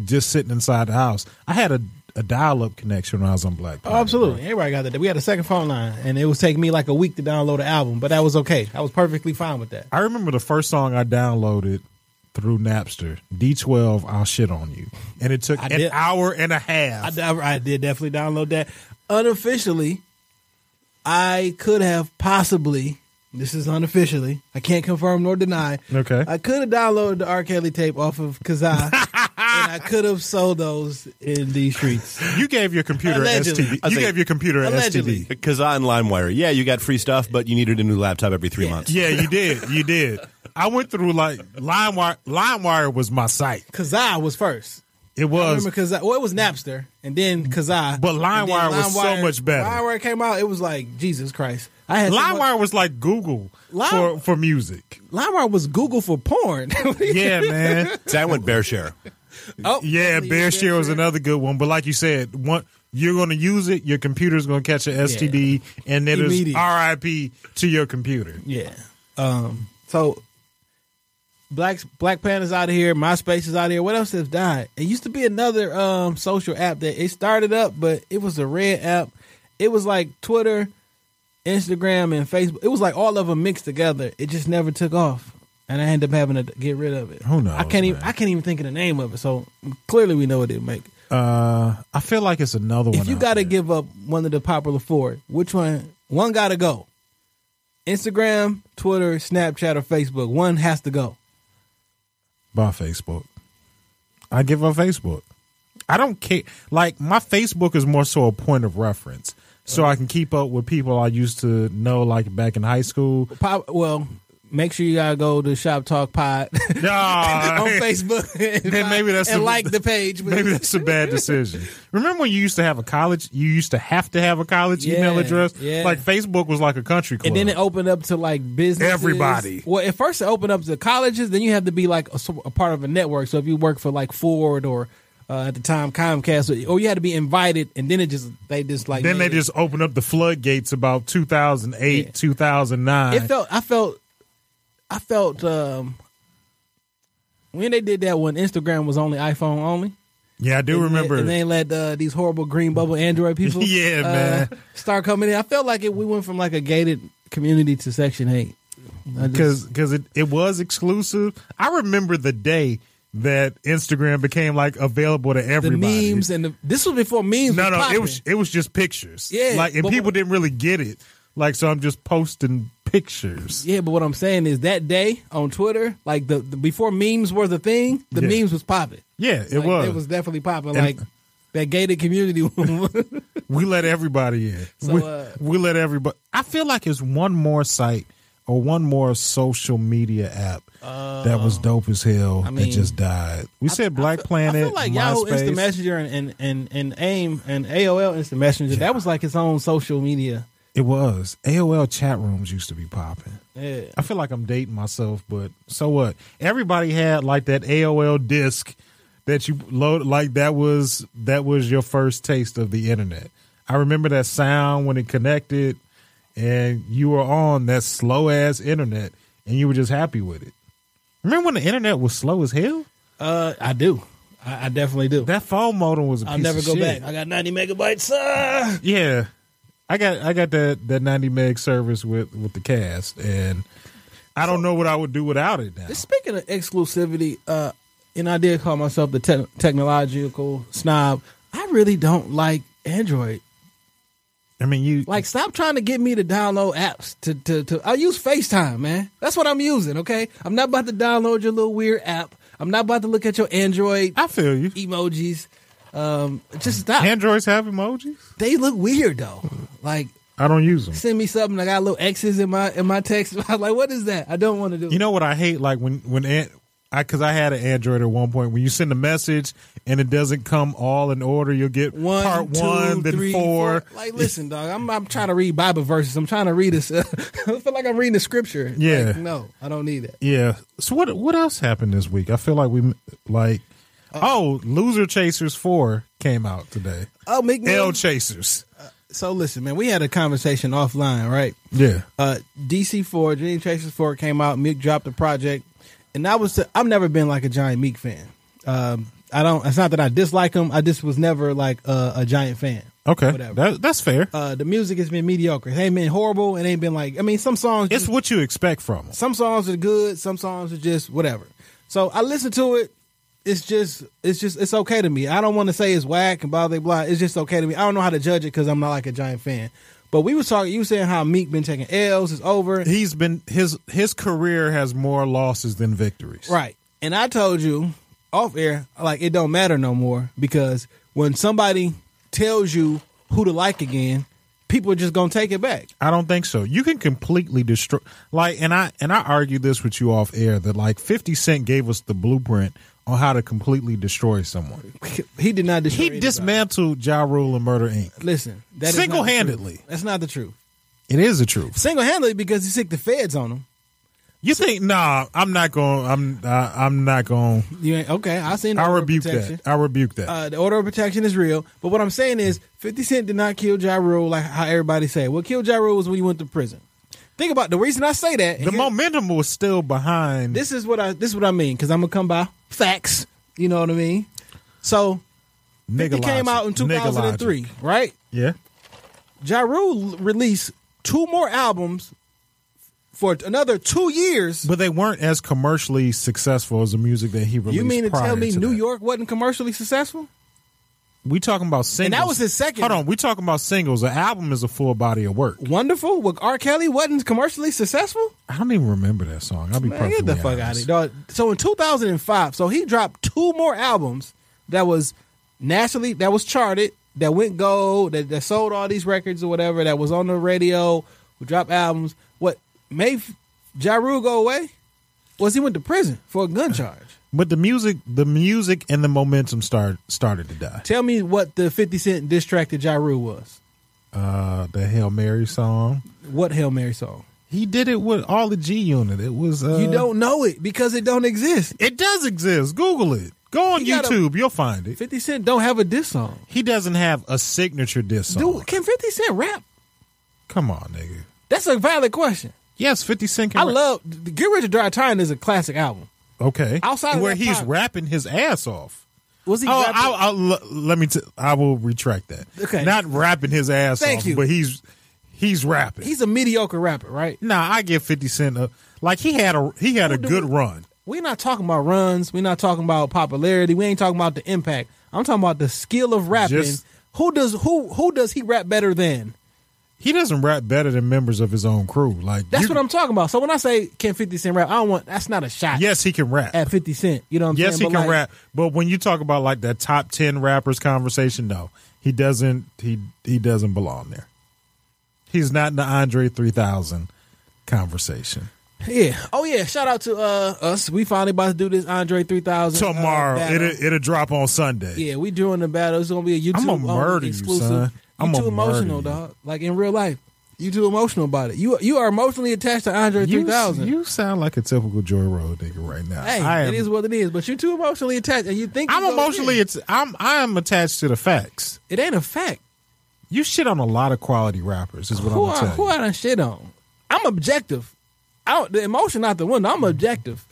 S5: just sitting inside the house. I had a a dial up connection when I was on Black
S4: Oh,
S5: Planet.
S4: absolutely. Everybody got that. We had a second phone line, and it was taking me like a week to download the album, but that was okay. I was perfectly fine with that.
S5: I remember the first song I downloaded through Napster, D12, I'll shit on you. And it took
S4: I
S5: an
S4: did-
S5: hour and a half.
S4: I, I- I did definitely download that. Unofficially, I could have possibly. This is unofficially. I can't confirm nor deny.
S5: Okay.
S4: I could have downloaded the R. Kelly tape off of Kazaa, and I could have sold those in these streets.
S5: you gave your computer an
S4: Allegedly.
S5: STD.
S4: I
S5: You
S6: think-
S5: gave your computer an
S4: Allegedly.
S5: STD.
S6: Because on LimeWire, yeah, you got free stuff, but you needed a new laptop every three months.
S5: Yeah, you did. You did. I went through like LimeWire. LimeWire was my site.
S4: Kazaa was first.
S5: It
S4: I
S5: was.
S4: remember Kazaa. Well, it was Napster, and then Kazaa.
S5: But
S4: and then
S5: LimeWire was so much better.
S4: LimeWire came out. It was like Jesus Christ. I had so much-
S5: LimeWire was like Google
S4: Lime-
S5: for for music.
S4: LimeWire was Google for porn.
S5: Yeah, man.
S6: See, I went bear share.
S4: Oh,
S5: Yeah, bear share was another good one. But like you said, one you're going to use it, your computer's going to catch an STD, and it is
S4: Immediate.
S5: RIP to your computer.
S4: Yeah. Um. So, Black Black Panther's out of here. MySpace is out of here. What else has died? It used to be another um social app that it started up, but it was a red app. It was like Twitter, Instagram, and Facebook. It was like all of them mixed together. It just never took off, and I ended up having to get rid of it.
S5: Who knows,
S4: I can't even.
S5: man?
S4: I can't even think of the name of it. So clearly, we know it didn't make. it.
S5: Uh, I feel like it's another one.
S4: If you
S5: out
S4: got to
S5: there.
S4: give up one of the popular four, which one? One got to go. Instagram, Twitter, Snapchat, or Facebook. One has to go.
S5: by Facebook. I give up Facebook. I don't care. Like my Facebook is more so a point of reference, so I can keep up with people I used to know, like back in high school.
S4: Pop, well, make sure you gotta go to Shop Talk Pod
S5: Nah,
S4: on Facebook and,
S5: Hey, maybe that's
S4: and
S5: the-
S4: like the page. but-
S5: Maybe that's a bad decision. Remember when you used to have a college? You used to have to have a college email
S4: Yeah,
S5: address.
S4: yeah.
S5: Like Facebook was like a country club.
S4: and then it opened up to like business.
S5: Everybody.
S4: Well, at first it opened up to colleges. Then you have to be like a, s- a part of a network. So if you work for like Ford or uh, at the time Comcast, or, or you had to be invited, and then it just they just like
S5: Then
S4: made
S5: they
S4: it-
S5: just opened up the floodgates about 2008,
S4: Yeah.
S5: 2009.
S4: it felt I felt I felt um when they did that when Instagram was only iPhone only.
S5: yeah, I do
S4: And they-
S5: remember.
S4: and they let uh, these horrible green bubble Android people
S5: Yeah,
S4: uh,
S5: man.
S4: start coming in. I felt like it, we went from like a gated community to section 8. I just-
S5: because because it, it was exclusive. I remember the day that Instagram became like available to
S4: the
S5: everybody.
S4: memes and the, this was before memes
S5: no,
S4: was
S5: no, it
S4: popping.
S5: was it was just pictures.
S4: Yeah,
S5: like and
S4: but-
S5: people didn't really get it. Like so, I'm just posting pictures.
S4: Yeah, but what I'm saying is that day on Twitter, like the, the before memes were the thing, the
S5: Yeah.
S4: memes was popping.
S5: Yeah, it
S4: Like,
S5: was.
S4: It was definitely popping.
S5: And-
S4: Like that gated community.
S5: We let everybody in.
S4: So,
S5: we,
S4: uh,
S5: we let everybody. I feel like it's one more site or one more social media app that was dope as hell that
S4: Oh. mean,
S5: just died. We said Black
S4: I
S5: Planet,
S4: feel like Yahoo
S5: MySpace.
S4: Instant Messenger and, and, and, and AIM and AOL Instant Messenger, that was like its own social media.
S5: It was AOL chat rooms used to be popping.
S4: Yeah.
S5: I feel like I'm dating myself, but so what? Everybody had like that AOL disc that you load like that was that was your first taste of the internet. I remember that sound when it connected and you were on that slow ass internet and you were just happy with it. Remember when the internet was slow as hell?
S4: Uh, I do. I, I definitely do.
S5: That phone modem was a
S4: I'll
S5: piece
S4: never
S5: of
S4: go
S5: shit.
S4: back. I got 90 megabytes. Ah!
S5: Yeah, I got I got that that ninety meg service with with the cast, and I don't know what I would do without it now.
S4: Speaking of exclusivity, uh, and I did call myself the te- technological snob, I really don't like Android.
S5: I mean, you
S4: Like, stop trying to get me to download apps. To, to, to I use FaceTime, man. That's what I'm using, okay? I'm not about to download your little weird app. I'm not about to look at your Android
S5: I feel you.
S4: emojis. Um, just stop.
S5: Androids have emojis.
S4: they look weird though. Like
S5: I don't use them.
S4: send me something. I got little X's in my in my text. I'm like, what is that? I don't want to do.
S5: You know what I hate? Like when when an, I because I had an Android at one point. When you send a message and it doesn't come all in order, you'll get
S4: one,
S5: part
S4: two,
S5: one, then
S4: three,
S5: four.
S4: Like, listen, dog. I'm I'm trying to read Bible verses. I'm trying to read this. I feel like I'm reading the scripture.
S5: Yeah.
S4: Like, no, I don't need that.
S5: Yeah. So what what else happened this week? I feel like we like.
S4: Uh,
S5: Oh, Loser Chasers 4 came out today.
S4: Oh, make me.
S5: L Chasers.
S4: so listen, man. We had a conversation offline, right?
S5: Yeah.
S4: uh, DC Four, Jenny Chasers Four came out. Meek dropped the project, and I was I've never been like a giant Meek fan. Um, I don't. It's not that I dislike him. I just was never like a, a giant fan.
S5: Okay,
S4: Whatever.
S5: that, that's fair.
S4: Uh, the music has been mediocre. It ain't been horrible. It ain't been like I mean, some songs.
S5: it's what you expect from them.
S4: some songs are good. Some songs are just whatever. So I listen to it. It's just it's just it's okay to me. I don't want to say it's whack and blah blah blah. It's just okay to me. I don't know how to judge it because I'm not like a giant fan. But we was talking. You were saying how Meek been taking L's. It's over.
S5: He's been his his career has more losses than victories.
S4: Right. And I told you off air, like it don't matter no more because when somebody tells you who to like again, people are just gonna take it back.
S5: I don't think so. You can completely destroy like and I and I argue this with you off air that like 50 Cent gave us the blueprint on how to completely destroy someone.
S4: He did not destroy.
S5: He
S4: anybody.
S5: dismantled Ja Rule and Murder Inc.
S4: Listen, that is not the truth.
S5: Single-handedly.
S4: That's not the truth.
S5: It is the truth.
S4: Single handedly because he sick the feds on him.
S5: You think? Nah, I'm not going. I'm. Uh, I'm not going.
S4: You ain't, okay, I seen. the
S5: I
S4: order of
S5: rebuke
S4: protection.
S5: that. I rebuke that.
S4: Uh, the order of protection is real, but what I'm saying is, 50 Cent did not kill Ja Rule like how everybody say. What killed Ja Rule was when he went to prison. Think about the reason I say that. and
S5: the
S4: here-
S5: momentum was still behind.
S4: This is what I. This is what I mean because I'm gonna come by facts. You know what I mean. So
S5: nigga
S4: it came
S5: logic.
S4: out in
S5: Nigga
S4: 2003,
S5: logic.
S4: right?
S5: Yeah.
S4: Ja Rule released two more albums for another two years.
S5: But they weren't as commercially successful as the music that he released.
S4: you mean to
S5: prior
S4: tell me
S5: to
S4: New
S5: that.
S4: York wasn't commercially successful?
S5: We talking about singles,
S4: was his second.
S5: Hold on, we talking about singles. An album is a full body of work.
S4: Wonderful. With R. Kelly wasn't commercially successful.
S5: I don't even remember that song. I'll be
S4: Man, get
S5: perfectly
S4: the fuck out of
S5: honest.
S4: here. dog. So in 2005, so he dropped two more albums that was nationally that was charted, that went gold, that, that sold all these records or whatever, that was on the radio, would drop albums. What made Ja Rule go away was he went to prison for a gun charge.
S5: But the music, the music, and the momentum start started to die.
S4: Tell me what the 50 Cent diss track to Ja Rule was.
S5: Uh, the Hail Mary song.
S4: What Hail Mary song?
S5: He did it with all the G Unit. It was uh,
S4: you don't know it because it don't exist.
S5: It does exist. Google it. Go on
S4: He got a-
S5: YouTube. You'll find it.
S4: 50 Cent don't have a diss song.
S5: He doesn't have a signature diss song.
S4: Dude, can 50 Cent rap?
S5: Come on, nigga.
S4: That's a valid question.
S5: Yes, Fifty Cent. Can
S4: I
S5: rap.
S4: love the Get Rich or Die Trying is a classic album.
S5: Okay.
S4: Outside of
S5: where
S4: that
S5: he's
S4: pop-
S5: rapping his ass off.
S4: Was he?
S5: oh,
S4: rapping-
S5: I, I, l- let me. T- I will retract that.
S4: Okay.
S5: Not rapping his ass
S4: Thank
S5: off,
S4: you.
S5: but he's he's rapping.
S4: he's a mediocre rapper, right?
S5: nah, I give Fifty Cent a like. He had a he had a good run.
S4: We're not talking about runs. We're not talking about popularity. We ain't talking about the impact. I'm talking about the skill of rapping.
S5: Just-
S4: who does who who does he rap better than?
S5: He doesn't rap better than members of his own crew. Like
S4: That's
S5: you-
S4: what I'm talking about. So when I say can 50 Cent rap, I don't want that's not a shot.
S5: Yes, he can rap.
S4: at 50 Cent, you know what I'm
S5: Yes, he
S4: saying?
S5: can
S4: But like,
S5: rap. But when you talk about like that top ten rappers conversation, no, he doesn't. He he doesn't belong there. He's not in the Andre three thousand conversation.
S4: Yeah. Oh yeah. Shout out to uh us. We finally about to do this Andre 3000 uh,
S5: Tomorrow,
S4: battle.
S5: it'll it'll drop on Sunday.
S4: Yeah, we doing the battle. It's gonna be a YouTube
S5: I'ma
S4: only
S5: murder you,
S4: exclusive.
S5: son. I'ma
S4: too emotional,
S5: murder you.
S4: dog. Like in real life, you too emotional about it. You you are emotionally attached to Andre
S5: You,
S4: 3000.
S5: you sound like a typical Joy Road nigga right now.
S4: hey,
S5: I am,
S4: it is what it is. But you're too emotionally attached, and you think
S5: I'm
S4: you gonna
S5: emotionally.
S4: win.
S5: It's I'm I am attached to the facts.
S4: It ain't a fact.
S5: You shit on a lot of quality rappers. Is what
S4: Who
S5: I'm
S4: I,
S5: gonna
S4: who
S5: tell
S4: I
S5: you.
S4: done shit on? I'm objective. I don't, the emotion out the window. I'm objective.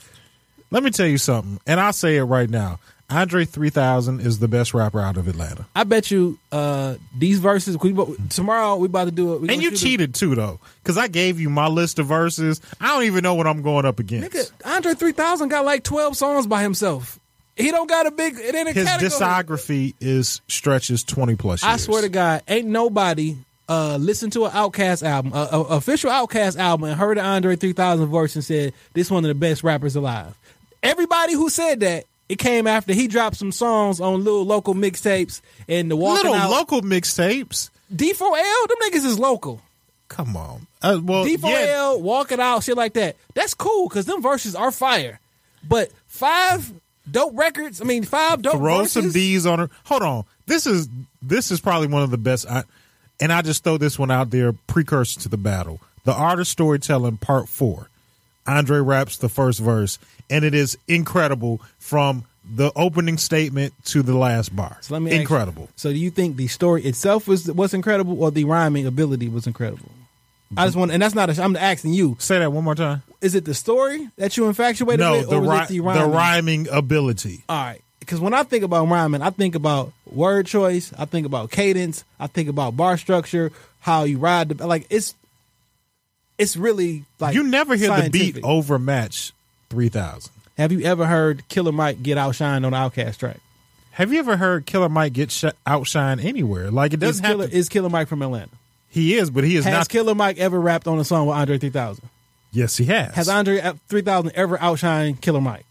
S5: Let me tell you something, and I'll say it right now. Andre three thousand is the best rapper out of Atlanta.
S4: I bet you uh these verses. We, bo- tomorrow we about to do it. We
S5: And
S4: gonna
S5: you
S4: shoot a-
S5: cheated too, though, because I gave you my list of verses. I don't even know what I'm going up against.
S4: Nigga, Andre 3000 got like 12 songs by himself. He don't got a big. It ain't a
S5: His
S4: category.
S5: discography is stretches twenty plus. Years.
S4: I swear to God, ain't nobody uh, listened to an Outcast album, a, a- official Outcast album, and heard an Andre 3000 verse and said, "This one of the best rappers alive." Everybody who said that, it came after he dropped some songs on little local mixtapes and the walking
S5: little
S4: out.
S5: local mixtapes.
S4: D4L, them niggas is local.
S5: Come on, uh, well,
S4: D4L,
S5: yeah,
S4: walking out, shit like that. That's cool because them verses are fire. But five dope records. I mean, five dope.
S5: throw
S4: verses,
S5: some D's on her. Hold on, this is this is probably one of the best. I, and I just throw this one out there, precursor to the battle, the art of storytelling, part four. Andre raps the first verse, and it is incredible from the opening statement to the last bar.
S4: So let me ask you,
S5: incredible.
S4: so do you think the story itself was was incredible, or the rhyming ability was incredible? I just want, and that's not. A, I'm asking you:
S5: Say that one more time.
S4: Is it the story that you infatuated
S5: no,
S4: with,
S5: the,
S4: or was
S5: ri-
S4: it the rhyming?
S5: the rhyming ability.
S4: All right, because when I think about rhyming, I think about word choice, I think about cadence, I think about bar structure, how you ride the like. It's it's really like
S5: you never hear the
S4: scientific.
S5: beat overmatch three thousand.
S4: Have you ever heard Killer Mike get outshined on Outcast track?
S5: Have you ever heard Killer Mike get sh- outshined anywhere? Like it
S4: Is
S5: doesn't
S4: Killer,
S5: have to.
S4: is Killer Mike from Atlanta?
S5: he is, but he is
S4: Has
S5: not.
S4: Killer Mike ever rapped on a song with Andre 3000?
S5: yes, he has.
S4: Has Andre 3000 ever outshined Killer Mike?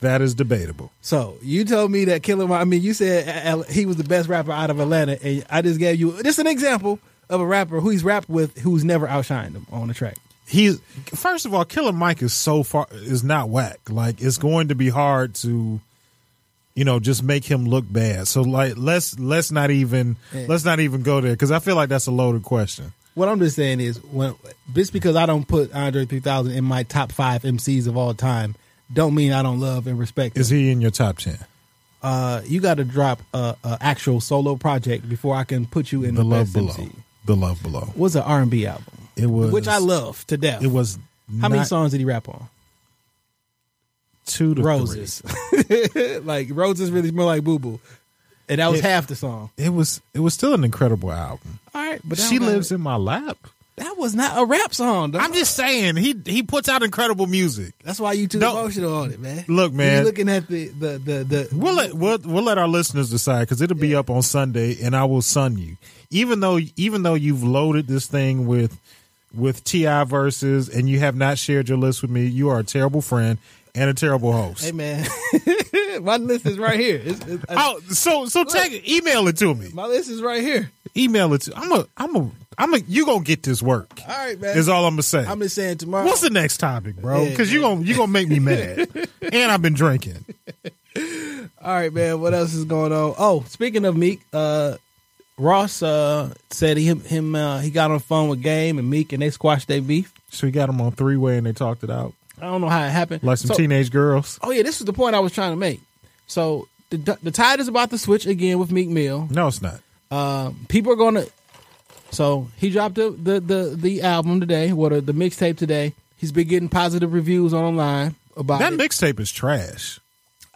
S5: that is debatable.
S4: So you told me that Killer Mike, I mean, you said uh, uh, he was the best rapper out of Atlanta, and I just gave you just an example of a rapper who he's rapped with who's never outshined him on the track.
S5: He's first of all, Killer Mike is so far is not whack. Like it's going to be hard to, you know, just make him look bad. So like let's let's not even let's not even go there because I feel like that's a loaded question.
S4: What I'm just saying is, when just because I don't put Andre 3000 in my top five MCs of all time, don't mean I don't love and respect. him.
S5: Is he in your top ten?
S4: Uh, you got to drop a, a actual solo project before I can put you in the,
S5: The Love
S4: best
S5: Below.
S4: MC.
S5: The Love Below.
S4: Was an R&B album,
S5: It was
S4: which I love to death.
S5: It was
S4: how many
S5: not
S4: songs did he rap on?
S5: Two to
S4: Roses. like roses really smell like boo boo, and that was half the song.
S5: Three. It was it was still an incredible album.
S4: All right, but
S5: But
S4: that
S5: she
S4: was-
S5: lives in my lap.
S4: That was not a rap song. dog.
S5: I'm just saying he he puts out incredible music.
S4: That's why you too
S5: No.
S4: emotional on it, man.
S5: Look, man.
S4: you looking at the the the, the
S5: We'll let we'll, we'll let our listeners decide because it'll be up on Sunday, and I will sun you. Even though even though you've loaded this thing with with Ti verses, and you have not shared your list with me, you are a terrible friend and a terrible host.
S4: Hey man, my list is right here. It's, it's,
S5: Oh, so so take it, email it to me.
S4: my list is right here.
S5: Email it to I'm a I'm a I'm a you gonna get this work.
S4: All right, man.
S5: Is all I'm gonna say.
S4: I'm just saying tomorrow.
S5: What's the next topic, bro?
S4: Yeah,
S5: Because you gonna you gonna make me mad, and I've been drinking.
S4: All right, man. What else is going on? Oh, speaking of Meek, uh, Ross uh, said he, him uh, he got on the phone with Game and Meek, and they squashed their beef.
S5: So we got them on three way, and they talked it out
S4: I don't know how it happened.
S5: like some
S4: So-
S5: teenage girls.
S4: Oh yeah, this was the point I was trying to make. So the the tide is about to switch again with Meek Mill.
S5: No, it's not.
S4: um, people are gonna. So he dropped the the the, the album today, what uh, the, the mixtape today. He's been getting positive reviews online about
S5: That
S4: it.
S5: mixtape is trash.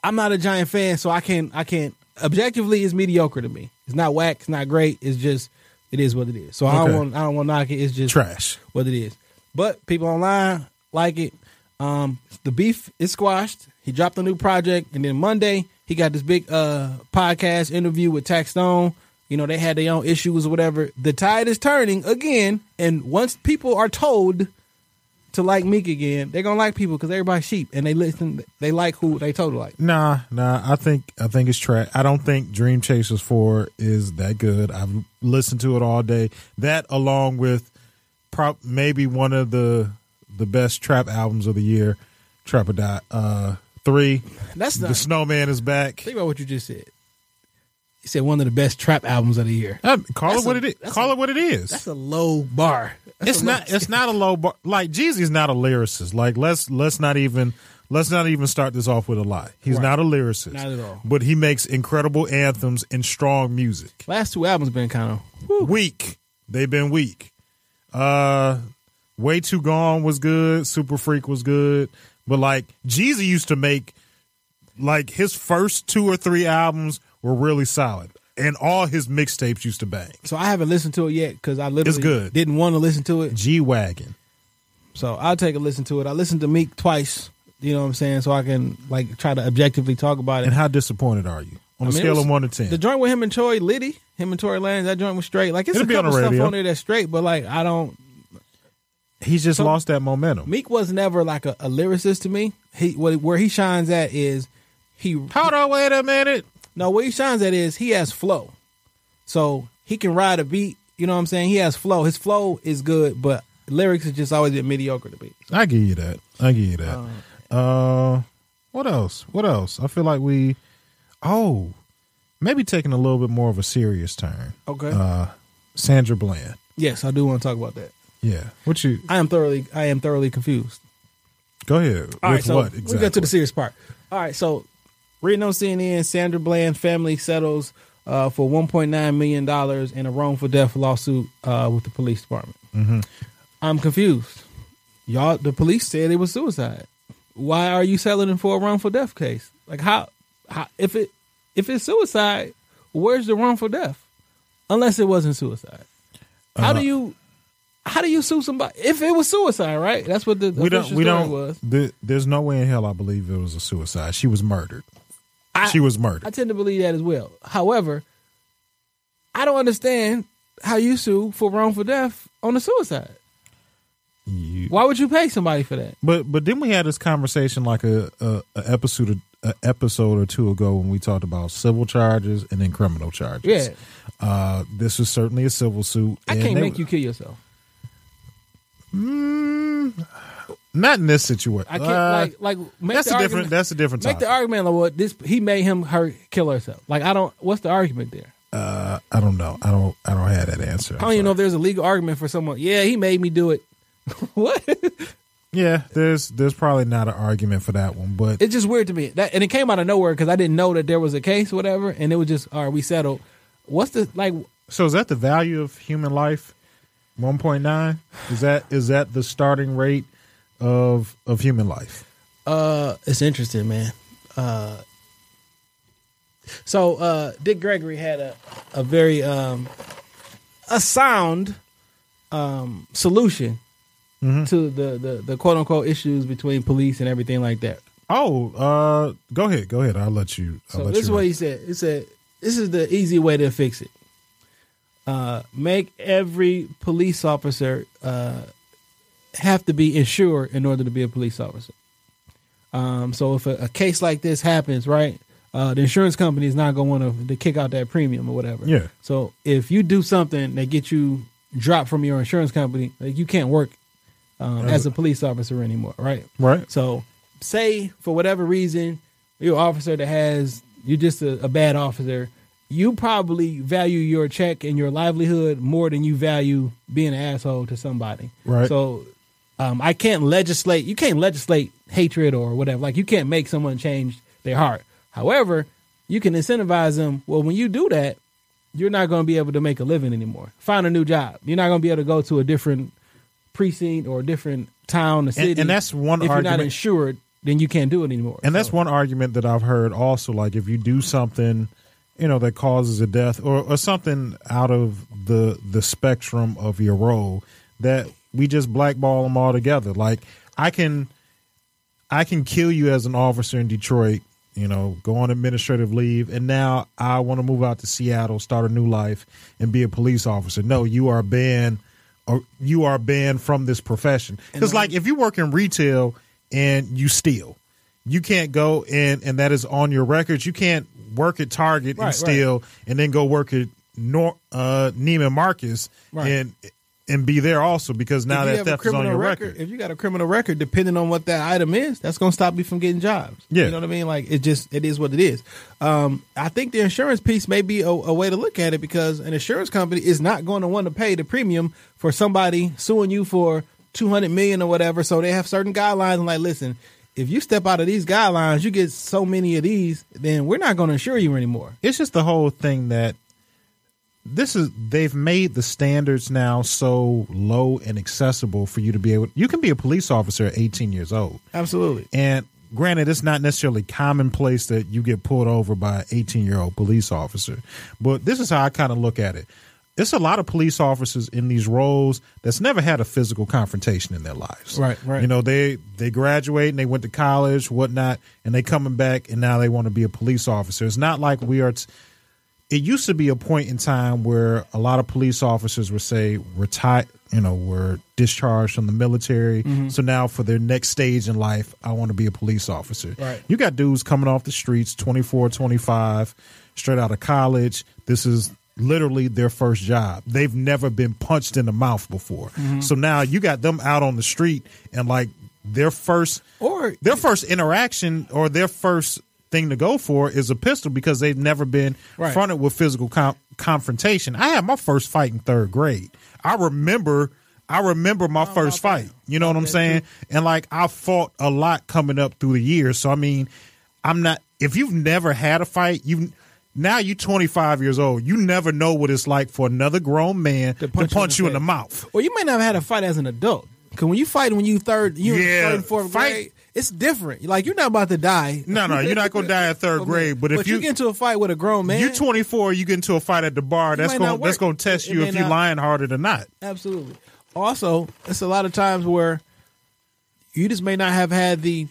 S4: I'm not a giant fan, so I can't I can't objectively it's mediocre to me. It's not whack, it's not great. It's just it is what it is. So I
S5: Okay.
S4: don't want I don't want to knock it. It's just
S5: Trash.
S4: what it is. But people online like it. Um, the beef is squashed. He dropped a new project, and then Monday he got this big uh podcast interview with Tax Stone. You know they had their own issues or whatever. The tide is turning again, and once people are told to like Meek again, they're gonna like people because everybody's sheep and they listen. They like who they told to like.
S5: Nah, nah. I think I think it's trash. I don't think Dream Chasers Four is that good. I've listened to it all day. That along with prop maybe one of the the best trap albums of the year, Trap or Die. Uh, three.
S4: That's
S5: the
S4: not-
S5: Snowman is back.
S4: Think about what you just said. You said one of the best trap albums of the year.
S5: Uh, call
S4: That's
S5: it what
S4: a-
S5: it is.
S4: that's
S5: Call
S4: a-
S5: it what it is.
S4: That's a low bar. That's
S5: it's
S4: a low-
S5: not. It's not a low bar. Like Jeezy's not a lyricist. Like let's let's not even let's not even start this off with a lie. He's
S4: Right.
S5: not a lyricist.
S4: Not at all.
S5: But he makes incredible anthems and strong music.
S4: Last two albums been kind of
S5: Weak. They've been weak. Uh, way too gone was good. Super freak was good. But like Jeezy used to make, like his first two or three albums were really solid, and all his mixtapes used to bang.
S4: So I haven't listened to it yet because I literally
S5: It's good.
S4: didn't want to listen to it.
S5: G wagon.
S4: So I'll take a listen to it. I listened to Meek twice. You know what I'm saying? So I can like try to objectively talk about it.
S5: And how disappointed are you on
S4: I
S5: a
S4: mean, it
S5: scale
S4: was-
S5: of one to ten?
S4: The joint with him and Tory Liddy, him and Tory Lanez, that joint was straight. Like it's
S5: It'll
S4: a
S5: be on
S4: couple
S5: the
S4: stuff
S5: radio.
S4: on there that's straight, but like I don't.
S5: He's just
S4: So-
S5: lost that momentum.
S4: Meek was never like a, a lyricist to me. He what, where he shines at is he
S5: Hold on, wait a minute.
S4: No, what he shines at is he has flow. So he can ride a beat. You know what I'm saying? He has flow. His flow is good, but lyrics has just always been mediocre to me.
S5: I give you that. I give you that. Uh, what else? What else? I feel like we. Oh, maybe taking a little bit more of a serious turn.
S4: Okay.
S5: Uh, Sandra Bland.
S4: yes, I do want to talk about that.
S5: Yeah. What you?
S4: I am thoroughly, I am thoroughly confused.
S5: Go ahead.
S4: All
S5: with
S4: right, so
S5: what
S4: we
S5: exactly?
S4: get to the serious part. All right, so reading on CNN, Sandra Bland family settles uh, for 1.9 million dollars in a wrongful death lawsuit uh, with the police department.
S5: Mm-hmm.
S4: I'm confused. Y'all, the police said it was suicide. Why are you settling for a wrongful death case? Like how, how if it if it's suicide, where's the wrongful death? Unless it wasn't suicide. How
S5: Uh-huh.
S4: do you how do you sue somebody if it was suicide? Right? That's what the
S5: we don't.
S4: official
S5: We
S4: story
S5: don't.
S4: was.
S5: the- there's no way in hell I believe it was a suicide. She was murdered. she was murdered.
S4: I tend to believe that as well. However, I don't understand how you sue for wrongful death on a suicide.
S5: You-
S4: Why would you pay somebody for that?
S5: But but then we had this conversation like a, a, a episode a episode or two ago when we talked about civil charges and then criminal charges.
S4: Yeah.
S5: Uh, this was certainly a civil suit.
S4: I
S5: and
S4: can't
S5: they-
S4: make you kill yourself.
S5: not in this situation.
S4: I can't
S5: Uh,
S4: like like make
S5: that's
S4: the
S5: a
S4: argument,
S5: different. That's a different.
S4: Make
S5: Topic.
S4: the argument like well, this he made him her kill herself. Like I don't. What's the argument there?
S5: Uh, I don't know. I don't. I don't have that answer.
S4: I don't even know if there's a legal argument for someone. Yeah, he made me do it. what?
S5: Yeah, there's there's probably not an argument for that one, but
S4: It's just weird to me. That and it came out of nowhere because I didn't know that there was a case, or whatever. And it was just, all right, we settled. What's the like?
S5: so is that the value of human life? One point nine is that is that the starting rate of of human life?
S4: Uh, it's interesting, man. Uh, so uh, Dick Gregory had a a very um a sound um solution to the, the the quote unquote issues between police and everything like that.
S5: Oh, uh, go ahead, go ahead. I'll let you. I'll
S4: So
S5: let
S4: this
S5: you
S4: is what
S5: run.
S4: he said. He said, "This is the easy way to fix it. Uh, make every police officer uh, have to be insured in order to be a police officer. Um, so if a, a case like this happens, right, uh, the insurance company is not going to want to kick out that premium or whatever.
S5: Yeah.
S4: So if you do something that get you dropped from your insurance company, like you can't work um, as a police officer anymore, right?
S5: Right.
S4: So, say for whatever reason, you're an officer that has, you're just a, a bad officer, you probably value your check and your livelihood more than you value being an asshole to somebody.
S5: Right.
S4: So, um, I can't legislate, you can't legislate hatred or whatever. Like, you can't make someone change their heart. However, you can incentivize them. Well, when you do that, you're not going to be able to make a living anymore. Find a new job. You're not going to be able to go to a different precinct or a different town or city.
S5: and that's one
S4: If you're
S5: argument-
S4: not insured, then you can't do it anymore.
S5: And that's
S4: So-
S5: one argument that I've heard also. Like, if you do something, you know, that causes a death or, or something out of the the spectrum of your role, that we just blackball them all together. Like, I can, I can kill you as an officer in Detroit. You know, go on administrative leave, and now I want to move out to Seattle, start a new life, and be a police officer. No, you are banned, or you are banned from this profession. Because, like, if you work in retail and you steal, you can't go and and that is on your records. You can't work at Target
S4: Right,
S5: and steal, and then go work at Nor- uh, Neiman Marcus
S4: Right.
S5: and and be there also because
S4: if
S5: now
S4: you
S5: that
S4: have a
S5: theft is on
S4: criminal
S5: your
S4: record,
S5: record.
S4: If you got a criminal record, depending on what that item is, that's going to stop you from getting jobs.
S5: Yeah.
S4: You know what I mean? Like it just it is what it is. Um, I think the insurance piece may be a, a way to look at it because an insurance company is not going to want to pay the premium for somebody suing you for two hundred million or whatever. So they have certain guidelines. And like, listen, if you step out of these guidelines, you get so many of these, then we're not going to insure you anymore.
S5: it's just the whole thing that this is they've made the standards now so low and accessible for you to be able you can be a police officer at 18 years old
S4: Absolutely.
S5: and granted it's not necessarily commonplace that you get pulled over by an 18 year old police officer but this is how i kind of look at it it's a lot of police officers in these roles that's never had a physical confrontation in their lives
S4: Right, right.
S5: you know they they graduate and they went to college whatnot and they coming back and now they want to be a police officer it's not like we are t- it used to be a point in time where a lot of police officers would say retire you know were discharged from the military
S4: Mm-hmm.
S5: so now for their next stage in life i want to be a police officer
S4: Right.
S5: you got dudes coming off the streets 24 25 straight out of college this is literally their first job they've never been punched in the mouth before
S4: Mm-hmm.
S5: so now you got them out on the street and like their first
S4: Or-
S5: their first interaction or their first thing to go for is a pistol because they've never been
S4: Right.
S5: confronted with physical com- confrontation. I had my first fight in third grade. I remember, I remember
S4: Oh,
S5: my first fight. You know what I'm saying? And like I fought a lot coming up through the years. So I mean, I'm not. If you've never had a fight, you now you're 25 years old. You never know what it's like for another grown man to punch,
S4: punch you in the
S5: you in the
S4: face.
S5: mouth.
S4: Well, you may not have had a fight as an adult. Cause when you fight when you third, you in
S5: Yeah,
S4: third and fourth
S5: fight-
S4: grade, it's different. Like you're not about to die.
S5: No, no, you're not gonna die at third grade, but if you-
S4: get into a fight with a grown man,
S5: You're 24. You get into a fight at the bar. that's
S4: might
S5: going
S4: not
S5: to that's
S4: work.
S5: going to test
S4: It
S5: you
S4: may
S5: if you're
S4: not-
S5: lying harder or not.
S4: absolutely. Also, it's a lot of times where you just may not have had the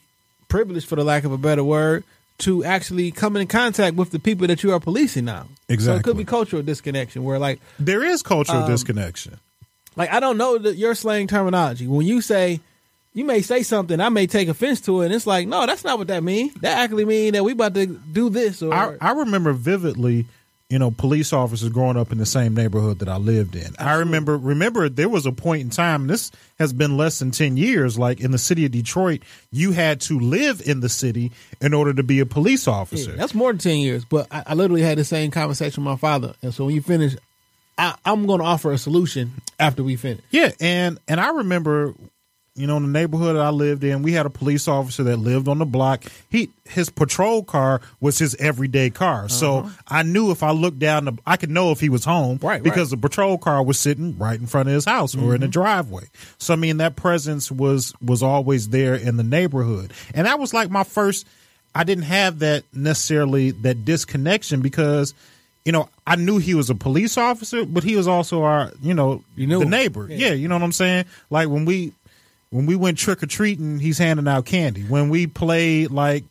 S4: privilege, for the lack of a better word, to actually come in contact with the people that you are policing now. So it
S5: Exactly.
S4: could be cultural disconnection where like
S5: There is
S4: Um,
S5: cultural disconnection.
S4: Like I don't know the, your slang terminology. When you say, you may say something, I may take offense to it, and it's like, no, that's not what that means. That actually mean that we about to do this or
S5: I, I remember vividly you know, police officers growing up in the same neighborhood that I lived in. I remember remember there was a point in time, and this has been less than ten years, like in the city of Detroit, you had to live in the city in order to be a police officer.
S4: That's more than ten years, but I, I literally had the same conversation with my father. And so when you finish, I, I'm going to offer a solution after we finish.
S5: Yeah, and and I remember, you know, in the neighborhood I lived in, we had a police officer that lived on the block. He his patrol car was his everyday car, so I knew if I looked down, the, I could know if he was home,
S4: Uh-huh. Right,
S5: Because the patrol car was sitting right in front of his house or
S4: Mm-hmm.
S5: in the driveway. So I mean, that presence was was always there in the neighborhood, and that was like my first. I didn't have that necessarily that disconnection because. You know, I knew he was a police officer, but he was also our, you know,
S4: You knew
S5: the
S4: him.
S5: neighbor. Yeah. you know what I'm saying? Like when we when we went trick or treating, he's handing out candy. When we played like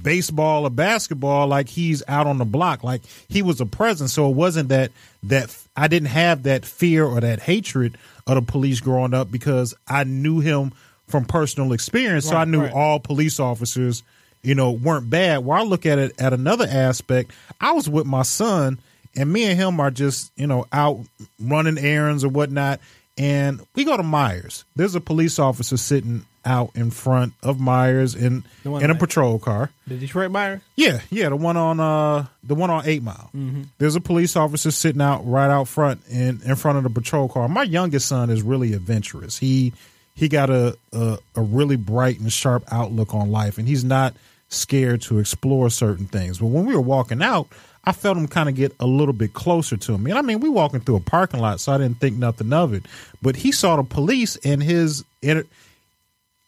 S5: baseball or basketball, like he's out on the block. Like he was a presence. So it wasn't that that I didn't have that fear or that hatred of the police growing up because I knew him from personal experience. so I knew all police officers, you know, weren't bad. Where I look at it at another aspect, I was with my son and me and him are just you know out running errands or whatnot and we go to myers there's a police officer sitting out in front of myers in
S4: one
S5: in a
S4: that-
S5: patrol car
S4: The Detroit Myers.
S5: yeah yeah the one on uh the one on eight mile there's a police officer sitting out right out front in in front of the patrol car my youngest son is really adventurous he he got a a, a really bright and sharp outlook on life and he's not scared to explore certain things but when we were walking out I felt him kind of get a little bit closer to me. And I mean, we walking through a parking lot, so I didn't think nothing of it. But he saw the police, and his and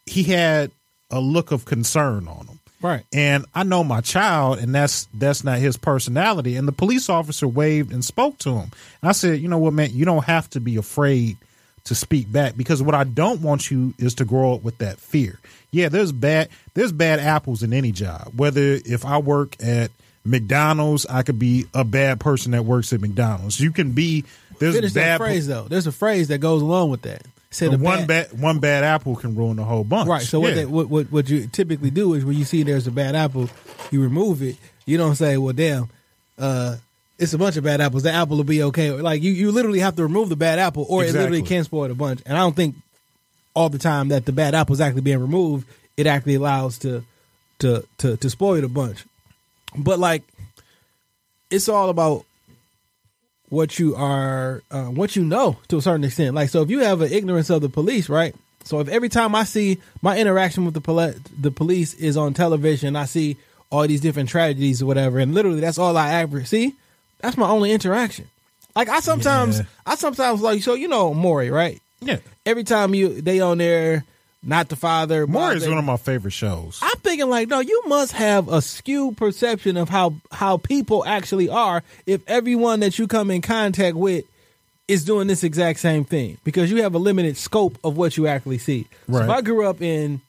S5: he had a look of concern on him.
S4: Right.
S5: And I know my child, and that's that's not his personality. And the police officer waved and spoke to him. And I said, you know what, man, you don't have to be afraid to speak back because what I don't want you is to grow up with that fear. Yeah, there's bad there's bad apples in any job. Whether if I work at McDonald's, I could be a bad person that works at McDonald's. You can be there's
S4: Finish that
S5: bad
S4: phrase though. There's a phrase that goes along with that. Said a
S5: one
S4: bad-
S5: bad, one bad apple can ruin the whole bunch.
S4: Right. So what,
S5: Yeah.
S4: they, what what what you typically do is when you see there's a bad apple, you remove it. You don't say, "Well, damn, uh, it's a bunch of bad apples. The apple will be okay." Like you, you literally have to remove the bad apple, or it literally
S5: Exactly.
S4: can spoil the bunch. And I don't think all the time that the bad apple is actually being removed, it actually allows to to to to spoil the bunch. But like, it's all about what you are uh, what you know to a certain extent like so if you have an ignorance of the police right so if every time i see my interaction with the poli- the police is on television i see all these different tragedies or whatever and literally that's all i ever see that's my only interaction like i sometimes
S5: Yeah.
S4: i sometimes like so you know maury right
S5: Yeah.
S4: every time you they on there not the father
S5: More
S4: blah,
S5: is
S4: they-
S5: one of my favorite shows.
S4: I'm thinking like, no, you must have a skewed perception of how how people actually are if everyone that you come in contact with is doing this exact same thing because you have a limited scope of what you actually see. So if
S5: Right.
S4: I grew up in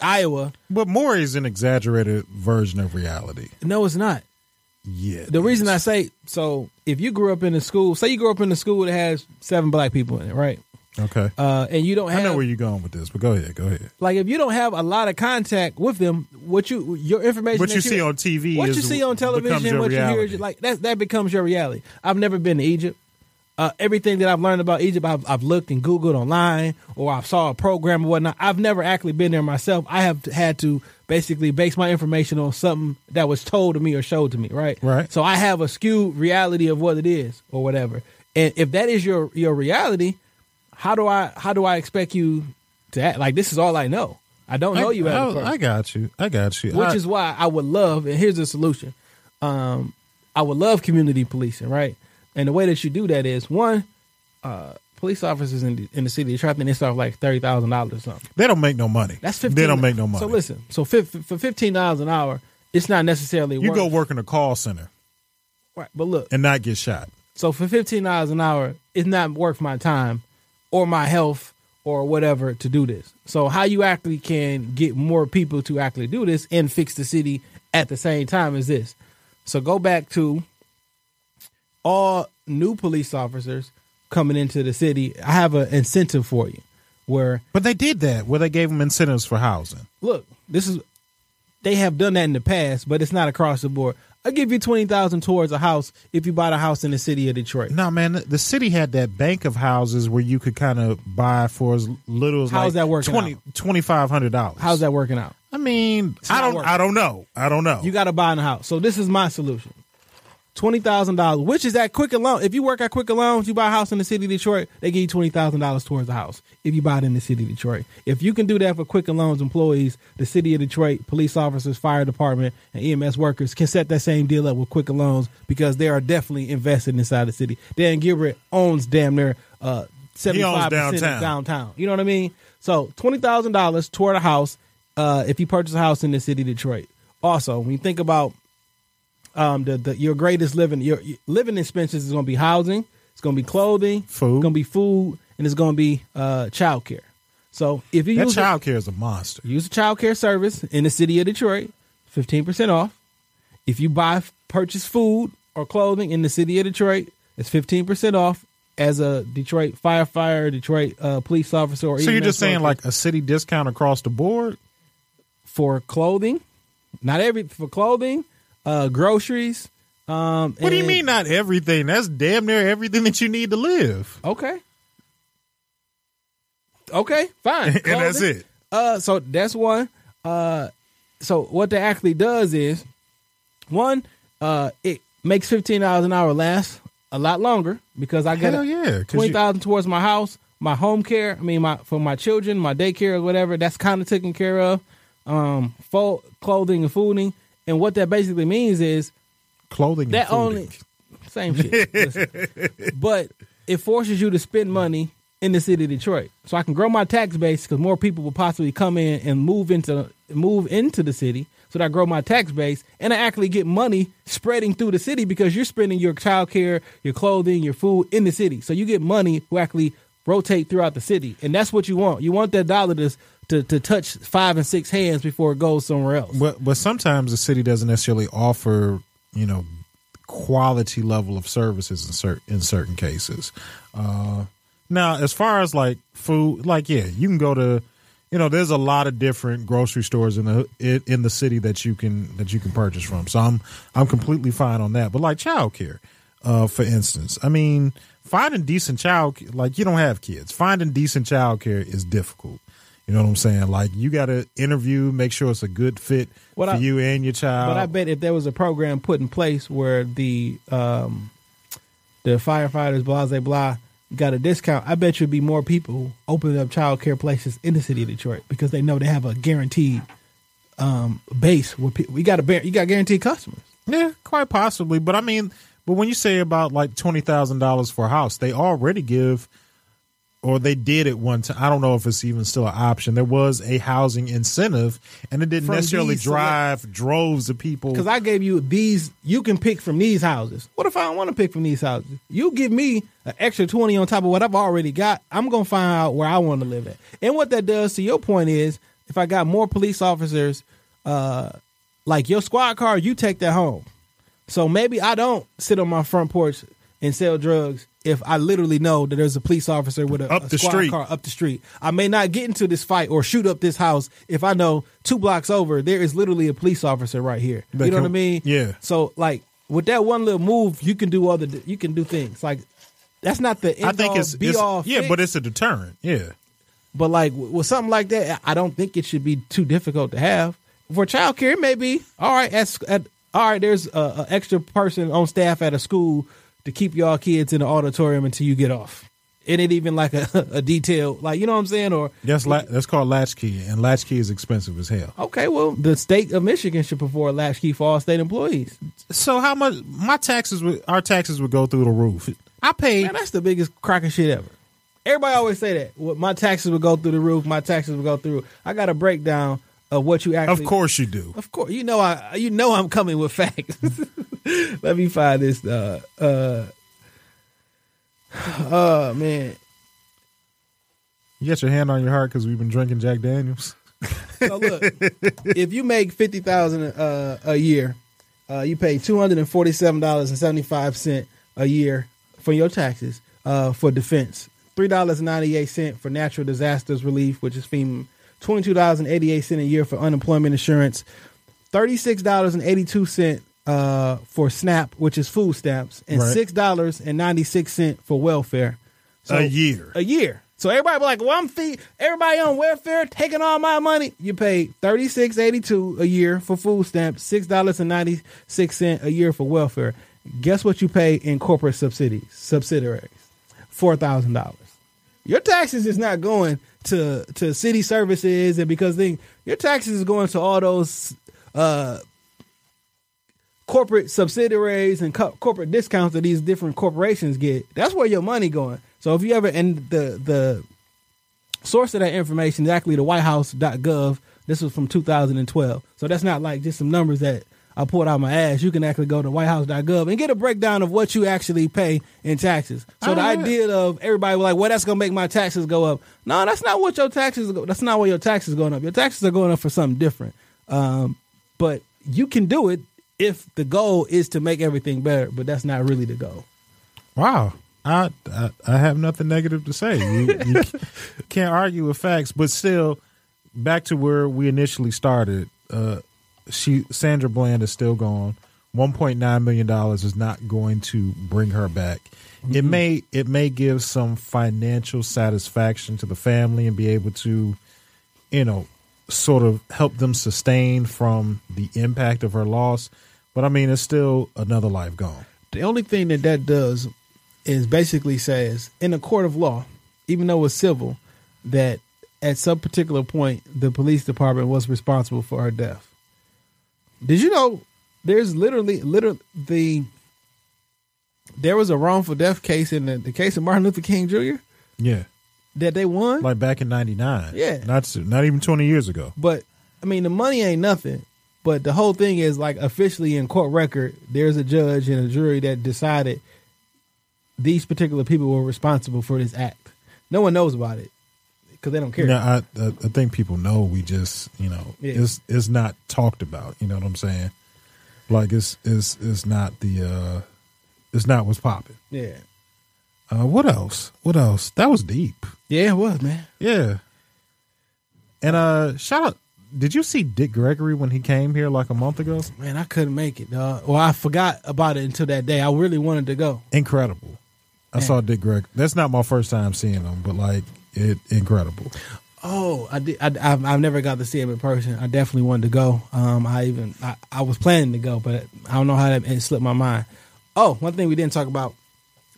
S4: Iowa,
S5: But more is an exaggerated version of reality.
S4: no, it's not.
S5: Yeah.
S4: The reason I say so, if you grew up in a school, say you grew up in a school that has seven black people in it, right?
S5: Okay.
S4: Uh, and you don't have
S5: I know where you're going with this, but go ahead. Go ahead.
S4: like if you don't have a lot of contact with them, what you your information
S5: What
S4: that
S5: you see on TV
S4: what
S5: is
S4: you see on
S5: what becomes
S4: television,
S5: your
S4: what you hear,
S5: reality.
S4: is- like that that becomes your reality. I've never been to Egypt. Uh, everything that I've learned about Egypt, I've, I've looked and Googled online, or I saw a program or whatnot. I've never actually been there myself. I have had to basically base my information on something that was told to me or showed to me, right?
S5: Right.
S4: So I have a skewed reality of what it is or whatever. And if that is your your reality, how do I how do I expect you to act? Like this is all I know. I don't know oh, you. As a
S5: I,
S4: person
S5: I got you. I got you.
S4: which
S5: I-
S4: is why I would love. And here's the solution: um, I would love community policing, right? And the way that you do that is one, uh, police officers in the, in the city, they try to think they start with like thirty thousand dollars or something.
S5: they don't make no money.
S4: That's fifteen.
S5: They don't make no money.
S4: So listen, so fi- for fifteen dollars an hour, it's not necessarily
S5: you
S4: worth,
S5: go work in a call center
S4: Right, but look,
S5: and not get shot.
S4: so for fifteen dollars an hour, it's not worth my time or my health or whatever to do this. So how you actually can get more people to actually do this and fix the city at the same time is this. So go back to all new police officers coming into the city. I have an incentive for you where
S5: But they did that where they gave them incentives for housing.
S4: look, this is They have done that in the past, but it's not across the board. I give you twenty thousand towards a house if you buy the house in the city of Detroit.
S5: No, man, the- the city had that bank of houses where you could kind of buy for as little as
S4: How's
S5: like
S4: that working
S5: twenty
S4: out?
S5: twenty five hundred dollars.
S4: How's that working out?
S5: I mean, I
S4: not
S5: don't,
S4: working.
S5: I don't know, I don't know.
S4: You got to buy in a house. So this is my solution. Twenty thousand dollars, which is at Quicken Loans. If you work at Quicken Loans, you buy a house in the city of Detroit, they give you twenty thousand dollars towards the house if you buy it in the city of Detroit. If you can do that for Quicken Loans employees, the city of Detroit police officers, fire department, and EMS workers can set that same deal up with Quicken Loans because they are definitely invested inside the city. Dan Gilbert owns damn near uh,
S5: owns
S4: seventy five percent
S5: downtown.
S4: of downtown. You know what I mean? So twenty thousand dollars toward a house uh, if you purchase a house in the city of Detroit. Also, when you think about um, the, the your greatest living your, your living expenses is going to be housing, it's going to be clothing,
S5: Food.
S4: going to be food, and it's going to be uh, child care. So if you
S5: that
S4: use a-
S5: child care is a monster.
S4: use a child care service in the city of Detroit, fifteen percent off. If you buy purchase food or clothing in the city of Detroit, it's fifteen percent off. As a Detroit firefighter, Detroit uh, police officer, or
S5: So you're
S4: EMS
S5: just saying
S4: worker
S5: like a city discount across the board?
S4: for clothing, not every for clothing, uh, groceries. Um,
S5: What do you
S4: and-
S5: mean not everything? That's damn near everything that you need to live.
S4: Okay. Okay, fine.
S5: And that's
S4: Clothing.
S5: it.
S4: Uh, so that's one. Uh, so what that actually does is, one, uh, it makes fifteen dollars an hour last a lot longer because I got
S5: Hell yeah, 'cause
S4: twenty
S5: you-
S4: thousand towards my house, my home care. I mean, my for my children, my daycare or whatever. That's kind of taken care of. Um, for clothing and fooding, and what that basically means is
S5: Clothing.
S4: that
S5: and food.
S4: only same shit. Listen. but it forces you to spend money in the city of Detroit, so I can grow my tax base because more people will possibly come in and move into move into the city. So that I grow my tax base and I actually get money spreading through the city because you're spending your childcare, your clothing, your food in the city. So you get money who actually rotate throughout the city, and that's what you want. You want that dollar to to, to touch five and six hands before it goes somewhere else.
S5: But but sometimes the city doesn't necessarily offer you know quality level of services in certain in certain cases. Uh, now, as far as like food, like yeah, you can go to you know there's a lot of different grocery stores in the in, in the city that you can that you can purchase from. So I'm I'm completely fine on that. But like childcare, uh, for instance, I mean finding decent child like you don't have kids finding decent childcare is difficult. You know what I'm saying? Like you got to interview, make sure it's a good fit
S4: What
S5: for
S4: I-
S5: you and your child.
S4: But I bet if there was a program put in place where the um, the firefighters, blah blah blah, got a discount, I bet you'd be more people opening up child care places in the city of Detroit because they know they have a guaranteed um, base. Where people, we got a bar- you got guaranteed customers.
S5: Yeah, quite possibly. But I mean, but when you say about like twenty thousand dollars for a house, they already give, or they did at one time. I don't know if it's even still an option. There was a housing incentive, and it didn't
S4: From
S5: necessarily
S4: these select-
S5: drive droves of people.
S4: Because I gave you these, you can pick from these houses. What if I don't want to pick from these houses? You give me an extra 20 on top of what I've already got. I'm going to find out where I want to live at. And what that does to your point is if I got more police officers, uh, like your squad car, you take that home. So maybe I don't sit on my front porch and sell drugs if I literally know that there's a police officer with a,
S5: Up
S4: a
S5: the
S4: squad
S5: street.
S4: car up the street. I may not get into this fight or shoot up this house if I know two blocks over there is literally a police officer right here.
S5: That
S4: you know
S5: can-
S4: what I mean?
S5: yeah.
S4: So like with that one little move, you can do other you can do things like that's not the end
S5: I think
S4: all,
S5: it's,
S4: be
S5: it's
S4: all.
S5: yeah,
S4: fix,
S5: but it's a deterrent. Yeah,
S4: but like w- with something like that, I don't think it should be too difficult to have for childcare. It may be all right. At, at all right, there's a, a extra person on staff at a school to keep y'all kids in the auditorium until you get off. It ain't even like a, a detail, like you know what I'm saying, or
S5: that's la- that's called latchkey, and latchkey is expensive as hell.
S4: Okay, well, the state of Michigan should perform a latchkey for all state employees.
S5: So how much my taxes would our taxes would go through the roof? I paid
S4: Man, that's the biggest crack of shit ever. Everybody always say that. Well, my taxes would go through the roof. My taxes would go through. I got a breakdown of what you
S5: Of
S4: actually.
S5: course you do.
S4: Of course, you know I you know I'm coming with facts. Let me find this. Uh, uh, oh man,
S5: You got your hand on your heart because we've been drinking Jack Daniels.
S4: so look, if you make fifty thousand uh, a year, uh, you pay two hundred and forty-seven dollars and seventy-five cent a year for your taxes uh, for defense. Three dollars and ninety-eight cent for natural disasters relief, which is FEMA. Twenty-two dollars and eighty-eight cent a year for unemployment insurance. thirty six dollars and eighty two cent uh, for SNAP, which is food stamps, and
S5: Right.
S4: six dollars and ninety six cent for welfare. So
S5: a year.
S4: a year. So everybody be like, well, I'm fee- everybody on welfare taking all my money. You pay thirty six eighty two a year for food stamps, six dollars and ninety six cent a year for welfare. Guess what you pay in corporate subsidies subsidiaries? Four thousand dollars. Your taxes is not going to to city services and because then your taxes is going to all those uh corporate subsidiaries and co- corporate discounts that these different corporations get. That's where your money going. So if you ever and the the source of that information is actually the WhiteHouse.gov. This was from 2012. So that's not like just some numbers that I pulled out my ass. You can actually go to WhiteHouse.gov and get a breakdown of what you actually pay in taxes. So the idea of everybody like, well, that's gonna make my taxes go up. No, that's not what your taxes go. That's not where your taxes going up. Your taxes are going up for something different. Um, but you can do it if the goal is to make everything better. But that's not really the goal.
S5: Wow. I, I I have nothing negative to say. You, you can't argue with facts, but still, back to where we initially started. Uh, she Sandra Bland is still gone. One point nine million dollars is not going to bring her back. It may it may give some financial satisfaction to the family and be able to, you know, sort of help them sustain from the impact of her loss. But I mean, it's still another life gone.
S4: The only thing that that does is basically says in a court of law, even though it's civil, that at some particular point the police department was responsible for her death. Did you know there's literally literally the there was a wrongful death case in the, the case of Martin Luther King Jr.
S5: Yeah.
S4: that they won?
S5: like back in '99.
S4: Yeah.
S5: not so- not even 20 years ago.
S4: But I mean, the money ain't nothing. But the whole thing is like officially in court record, there's a judge and a jury that decided these particular people were responsible for this act. No one knows about it because they don't care.
S5: Now, I, I I think people know we just you know
S4: Yeah.
S5: it's it's not talked about. You know what I'm saying? Like it's it's it's not the uh it's not what's popping.
S4: Yeah,
S5: Uh, what else? What else? That was deep.
S4: yeah, it was man.
S5: Yeah. And uh, shout out. Did you see Dick Gregory when he came here like a month ago?
S4: Man, I couldn't make it, dog. Well, I forgot about it until that day. I really wanted to go.
S5: Incredible. I saw Dick Greg. That's not my first time seeing him, but like it incredible.
S4: Oh, I did. I, I've, I've never got to see him in person. I definitely wanted to go. Um, I even I, I was planning to go, but I don't know how that it slipped my mind. Oh, one thing we didn't talk about.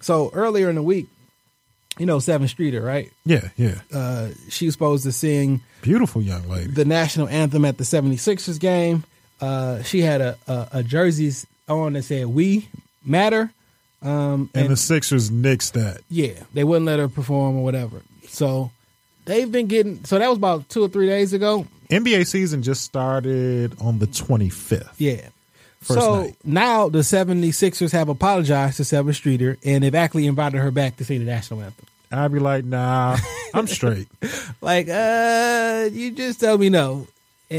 S4: So earlier in the week, you know, Seventh Streeter, right?
S5: Yeah, yeah.
S4: Uh, she was supposed to sing
S5: Beautiful young lady.
S4: the national anthem at the 76ers game. Uh, she had a, a a jerseys on that said "We Matter." Um,
S5: and the Sixers nixed that.
S4: Yeah, they wouldn't let her perform or whatever. So they've been getting. So that was about two or three days ago.
S5: NBA season just started on the 25th.
S4: Yeah.
S5: First
S4: so
S5: night.
S4: now the 76ers have apologized to Seven Streeter and they've actually invited her back to sing the national anthem.
S5: I'd be like, nah, I'm straight.
S4: Like, uh, you just told me no.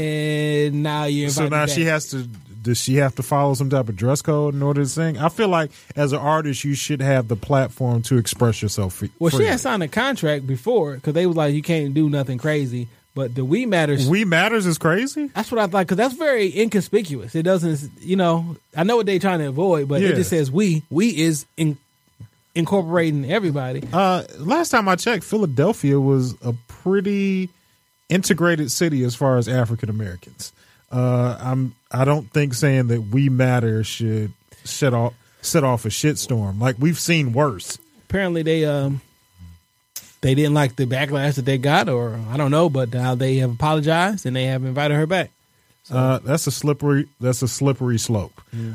S4: And now you're
S5: so
S4: invited
S5: now
S4: back.
S5: she has to, does she have to follow some type of dress code in order to sing? I feel like as an artist, you should have the platform to express yourself. Free,
S4: Well, she
S5: freely.
S4: had signed a contract before because they was like, you can't do nothing crazy. But the We Matters.
S5: We Matters is crazy.
S4: that's what I thought because that's very inconspicuous. It doesn't, you know, I know what they're trying to avoid, but
S5: Yeah.
S4: it just says we. We is in, incorporating everybody.
S5: Uh, last time I checked, Philadelphia was a pretty integrated city as far as African Americans. Uh, I'm I don't think saying that we matter should shut off set off a shitstorm like we've seen worse.
S4: apparently they um they didn't like the backlash that they got or I don't know, but now they have apologized and they have invited her back.
S5: Uh, that's a slippery. That's a slippery slope.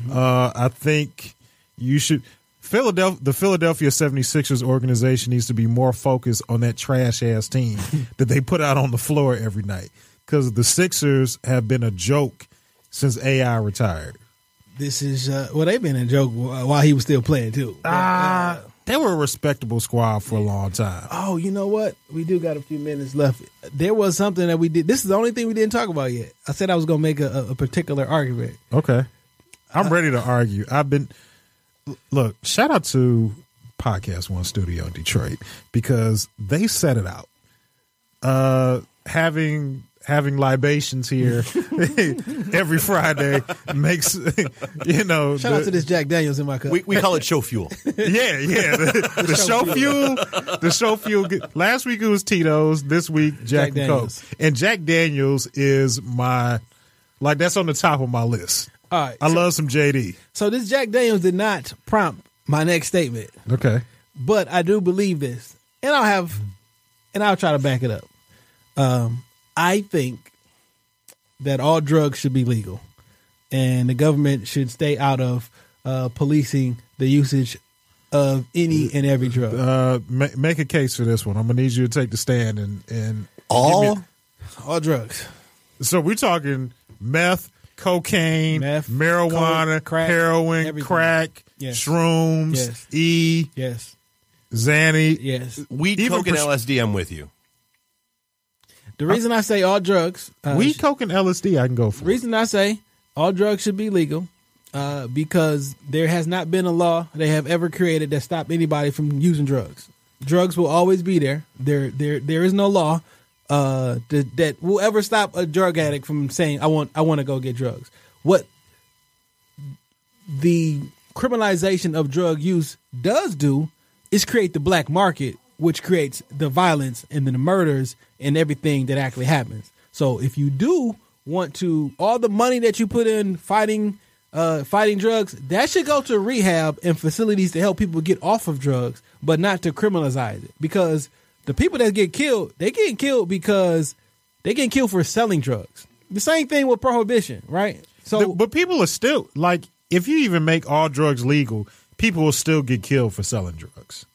S5: Uh, I think you should. Philadelphia, the Philadelphia 76ers organization needs to be more focused on that trash ass team that they put out on the floor every night because the Sixers have been a joke since AI retired.
S4: This is uh, well they've been a joke wh- uh, while he was still playing too.
S5: Uh, they were a respectable squad for a long time.
S4: oh, you know what? We do got a few minutes left. There was something that we did. This is the only thing we didn't talk about yet. I said I was gonna make a, a- a particular argument.
S5: Okay. I'm ready to argue. I've been look, shout out to Podcast One Studio in Detroit because they set it out. Uh having having libations here every Friday makes you know
S4: Shout
S5: the-
S4: out to this Jack Daniels in my cup.
S6: We, we call it show fuel.
S5: yeah, yeah. The, the show fuel, the show fuel. Last week it was Tito's. This week Jack,
S4: Jack
S5: and Coke.
S4: Daniels.
S5: And Jack Daniels is my like that's on the top of my list.
S4: All right.
S5: I love some JD.
S4: so this Jack Daniels did not prompt my next statement.
S5: Okay.
S4: but I do believe this, and I'll have, and I'll try to back it up. Um, I think that all drugs should be legal, and the government should stay out of uh, policing the usage of any and every drug.
S5: Uh, ma- make a case for this one. I'm gonna need you to take the stand and and
S6: All
S4: all drugs.
S5: so we're talking meth, cocaine,
S4: Meth,
S5: marijuana,
S4: coke, crack,
S5: heroin,
S4: everything.
S5: crack,
S4: Yes.
S5: shrooms,
S4: Yes.
S5: E,
S4: Yes,
S5: Xanny.
S4: yes.
S6: weed,
S5: Even
S6: coke, and
S5: pres-
S6: LSD. I'm with you.
S4: The reason I say all drugs, uh,
S5: Weed, coke, and LSD. I can go for.
S4: reason I say all drugs should be legal uh, because there has not been a law they have ever created that stopped anybody from using drugs. Drugs will always be there. There, there, there is no law uh, that, that will ever stop a drug addict from saying, "I want, I want to go get drugs." What the criminalization of drug use does do is create the black market, which creates the violence and then the murders and everything that actually happens. So if you do want to, all the money that you put in fighting, uh, fighting drugs, that should go to rehab and facilities to help people get off of drugs, but not to criminalize it because the people that get killed, they getting killed because they getting killed for selling drugs. The same thing with prohibition, right? So,
S5: The- but people are still like, if you even make all drugs legal, people will still get killed for selling drugs.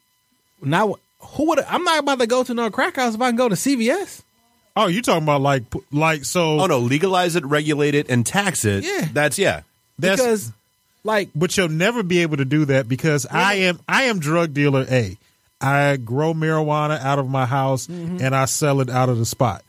S4: Now, who would I'm not about to go to no crack house if I can go to CVS.
S5: Oh, you talking about like, p- like so?
S6: Oh no, legalize it, regulate it, and tax it.
S4: Yeah.
S6: that's yeah.
S5: That's,
S4: because, like,
S5: but you'll never be able to do that because I am, I am drug dealer A. I grow marijuana out of my house
S4: Mm-hmm.
S5: and I sell it out of the spot.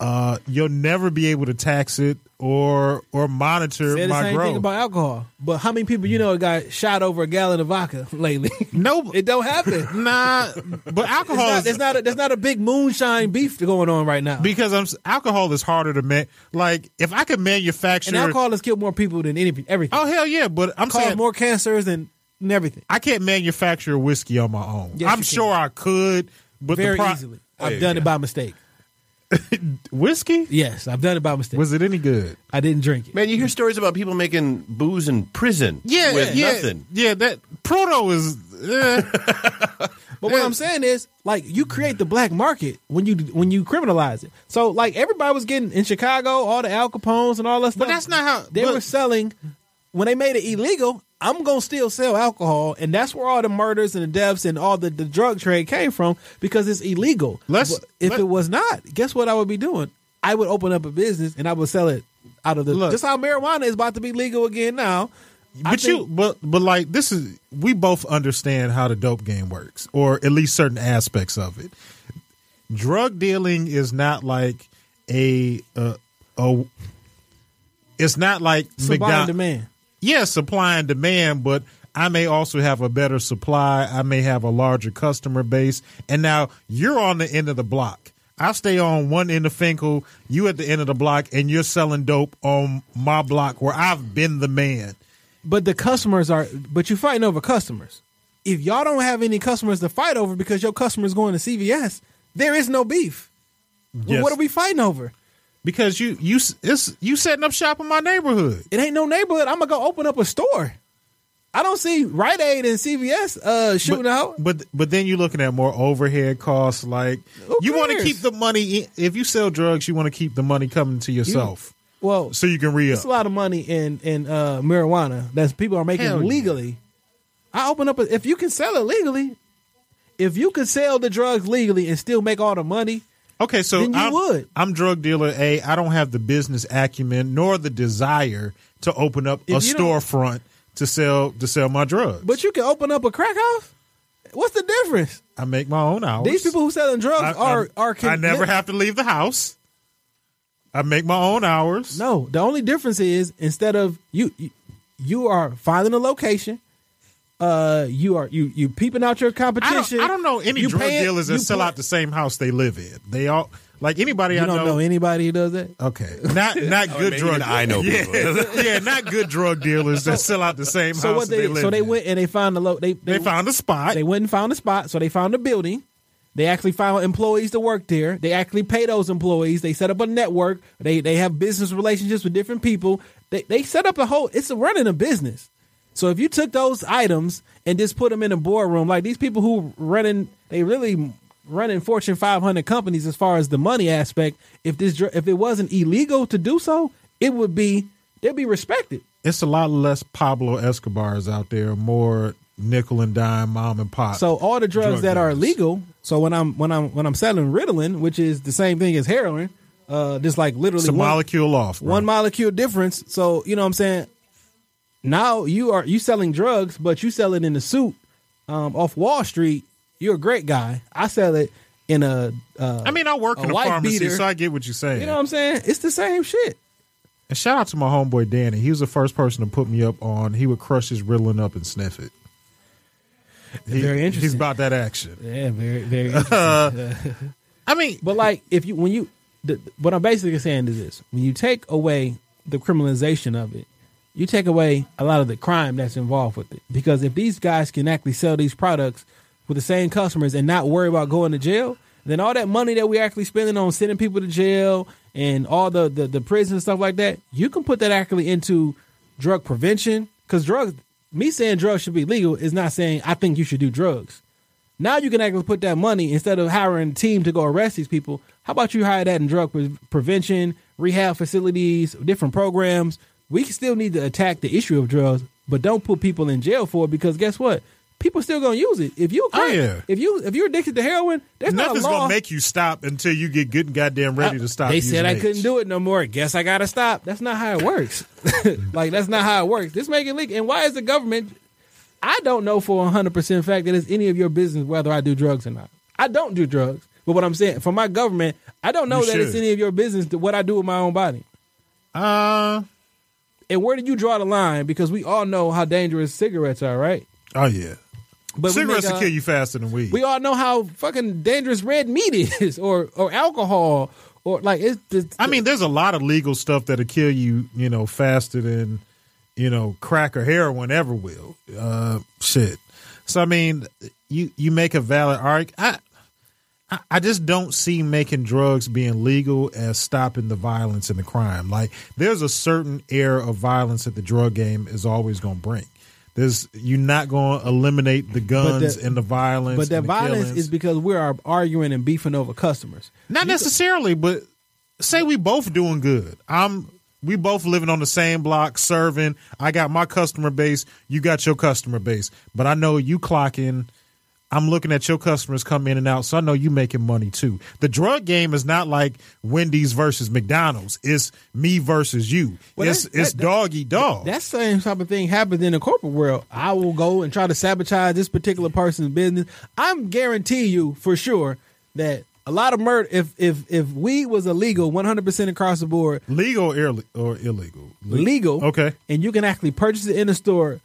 S5: Uh, you'll never be able to tax it or or monitor
S4: say the
S5: my
S4: same
S5: growth.
S4: thing about alcohol. But how many people you know got shot over a gallon of vodka lately?
S5: no,
S4: it don't happen.
S5: nah. But
S4: It's
S5: alcohol
S4: not,
S5: is
S4: it's not a, there's not a big moonshine beef going on right now.
S5: because I'm s- alcohol is harder to make. Like if I could manufacture
S4: and alcohol has killed more people than any everything.
S5: Oh hell yeah! But I'm
S4: caused
S5: saying
S4: more cancers than, than everything.
S5: I can't manufacture whiskey on my own.
S4: Yes,
S5: I'm
S4: you can.
S5: sure I could, but
S4: Very
S5: the pro- Oh,
S4: easily. I've done it by mistake.
S5: whiskey
S4: Yes, I've done it by mistake.
S5: was it any good?
S4: I didn't drink it.
S6: Man, you hear stories about people making booze in prison. with nothing.
S5: Yeah, that proto is. eh.
S4: But what I'm saying is, like, you create the black market when you when you criminalize it. So, like, everybody was getting in Chicago, all the Al Capones and all that stuff.
S5: But that's not how-
S4: they
S5: but-
S4: were selling. When they made it illegal, I'm gonna still sell alcohol, and that's where all the murders and the deaths and all the, the drug trade came from because it's illegal.
S5: Let's-
S4: But if
S5: let-
S4: it was not, guess what I would be doing? I would open up a business and I would sell it out of the.
S5: Look.
S4: just how marijuana is about to be legal again now. I
S5: But you,
S4: think-
S5: but but like this is we both understand how the dope game works, or at least certain aspects of it. Drug dealing is not like a uh, a. It's not like
S4: supply and
S5: McDon-
S4: demand.
S5: yes, supply and demand, but I may also have a better supply. I may have a larger customer base. And now you're on the end of the block. I stay on one end of Finkel, you at the end of the block, and you're selling dope on my block where I've been the man.
S4: But the customers are, but you're fighting over customers. If y'all don't have any customers to fight over because your customer's going to CVS, there is no beef. Well,
S5: Yes.
S4: what are we fighting over?
S5: Because you you s- it's you setting up shop in my neighborhood.
S4: It ain't no neighborhood. I'm gonna go open up a store. I don't see Rite Aid and CVS uh, shooting
S5: but,
S4: out.
S5: But but then you're looking at more overhead costs. Like
S4: Who
S5: you want to
S4: cares?
S5: keep the money. In, if you sell drugs, you want to keep the money coming to yourself,
S4: Well,
S5: so you can re up.
S4: it's a lot of money in in uh, marijuana that people are making
S5: Hell yeah.
S4: legally. I open up a, if you can sell it legally. If you could sell the drugs legally and still make all the money,
S5: Okay, so
S4: Then you
S5: I'm,
S4: would.
S5: I'm drug dealer A. I don't have the business acumen nor the desire to open up a
S4: If you don't-
S5: storefront to sell to sell my drugs.
S4: but you can open up a crack house. What's the difference?
S5: I make my own hours.
S4: These people who selling drugs
S5: I,
S4: are
S5: I,
S4: are.
S5: I never have to leave the house. I make my own hours.
S4: No, the only difference is instead of you, you, you are finding a location, Uh, you are you you peeping out your
S5: I
S4: competition.
S5: don't, I don't know any
S4: You
S5: drug
S4: paying-
S5: dealers that
S4: you
S5: sell
S4: pla-
S5: out the same house they live in. They all like anybody
S4: You
S5: I
S4: don't know.
S5: know.
S4: anybody who does that.
S5: okay, not not good
S6: maybe
S5: drug.
S6: Oh, even I know people.
S5: Yeah, yeah, not good drug dealers that sell out the same
S4: So
S5: house
S4: what
S5: that
S4: they,
S5: live.
S4: so they
S5: in.
S4: went and they found the lo- they
S5: They found a spot.
S4: They went and found a spot, so they found a building. They actually found employees to work there. They actually pay those employees. They set up a network. They they have business relationships with different people. They they set up a whole. It's a running a business. So if you took those items and just put them in a boardroom, like these people who running, they really running Fortune 500 companies as far as the money aspect. If this dr- if it wasn't illegal to do so, it would be they'd be respected.
S5: it's a lot less Pablo Escobars out there, more nickel and dime mom and pop.
S4: So all the drugs
S5: drug
S4: that are
S5: dealers.
S4: illegal. So when I'm when I'm when I'm selling Ritalin, which is the same thing as heroin, uh, just like literally
S5: it's a
S4: one,
S5: molecule off. bro.
S4: one molecule difference. So you know what I'm saying. Now you are you selling drugs, but you sell it in a suit um, off Wall Street. You're a great guy. I sell it in a. Uh,
S5: I mean, I work
S4: a
S5: in a
S4: wife
S5: pharmacy,
S4: beater.
S5: so I get what you're saying.
S4: you know what I'm saying? It's the same shit.
S5: and shout out to my homeboy Danny. He was the first person to put me up on. He would crush his riddling up and sniff it. He-
S4: Very
S5: He's
S4: interesting.
S5: about that action.
S4: Yeah, very very.
S5: I mean,
S4: But like, if you when you, the, what I'm basically saying is this: when you take away the criminalization of it, you take away a lot of the crime that's involved with it. Because if these guys can actually sell these products with the same customers and not worry about going to jail, then all that money that we're actually spending on sending people to jail and all the the, the prison and stuff like that, you can put that actually into drug prevention. Because drugs, me saying drugs should be legal is not saying I think you should do drugs. Now you can actually put that money instead of hiring a team to go arrest these people. How about you hire that in drug pre- prevention, rehab facilities, different programs? We can still need to attack the issue of drugs, but don't put people in jail for it because guess what? People still gonna use it. If you a
S5: Oh,
S4: crack-
S5: yeah.
S4: if you if you're addicted to heroin, there's
S5: nothing's
S4: not a law. Uh,
S5: gonna make you stop until you get good and goddamn ready to stop.
S4: They said
S5: using
S4: I
S5: H.
S4: couldn't do it no more. Guess I gotta stop. That's not how it works. like that's not how it works. This make it legal. And why is the government? I don't know for hundred percent fact that it's any of your business whether I do drugs or not. I don't do drugs, but what I'm saying for my government, I don't know
S5: You
S4: that it's
S5: should.
S4: any of your business that what I do with my own body.
S5: Uh,
S4: And where do you draw the line? Because we all know how dangerous cigarettes are, right?
S5: oh yeah,
S4: But we
S5: cigarettes
S4: make,
S5: will
S4: uh,
S5: kill you faster than weed.
S4: we all know how fucking dangerous red meat is, or or alcohol, or like it's. it's
S5: I mean, there's a lot of legal stuff that'll kill you, you know, faster than, you know, crack or heroin ever will. Uh, shit. So I mean, you you make a valid argument. I I- I just don't see making drugs being legal as stopping the violence and the crime. Like there's a certain air of violence that the drug game is always going to bring. There's you're not going to eliminate the guns
S4: that-
S5: and the violence.
S4: But that
S5: and the
S4: violence
S5: killings.
S4: is because we are arguing and beefing over customers.
S5: Not necessarily, but say we both doing good. I'm we both living on the same block, serving. I got my customer base, you got your customer base. But I know you clocking I'm looking at your customers come in and out, so I know you making money too. The drug game is not like Wendy's versus McDonald's. It's me versus you.
S4: Well,
S5: it's
S4: that-
S5: it's
S4: that-
S5: dog eat dog.
S4: That same type of thing happens in the corporate world. I will go and try to sabotage this particular person's business. I'm guarantee you for sure that a lot of murder. If if if weed was illegal, 100 percent across the board,
S5: legal or, Ill- or illegal? Le-
S4: legal.
S5: Okay.
S4: and you can actually purchase it in the store.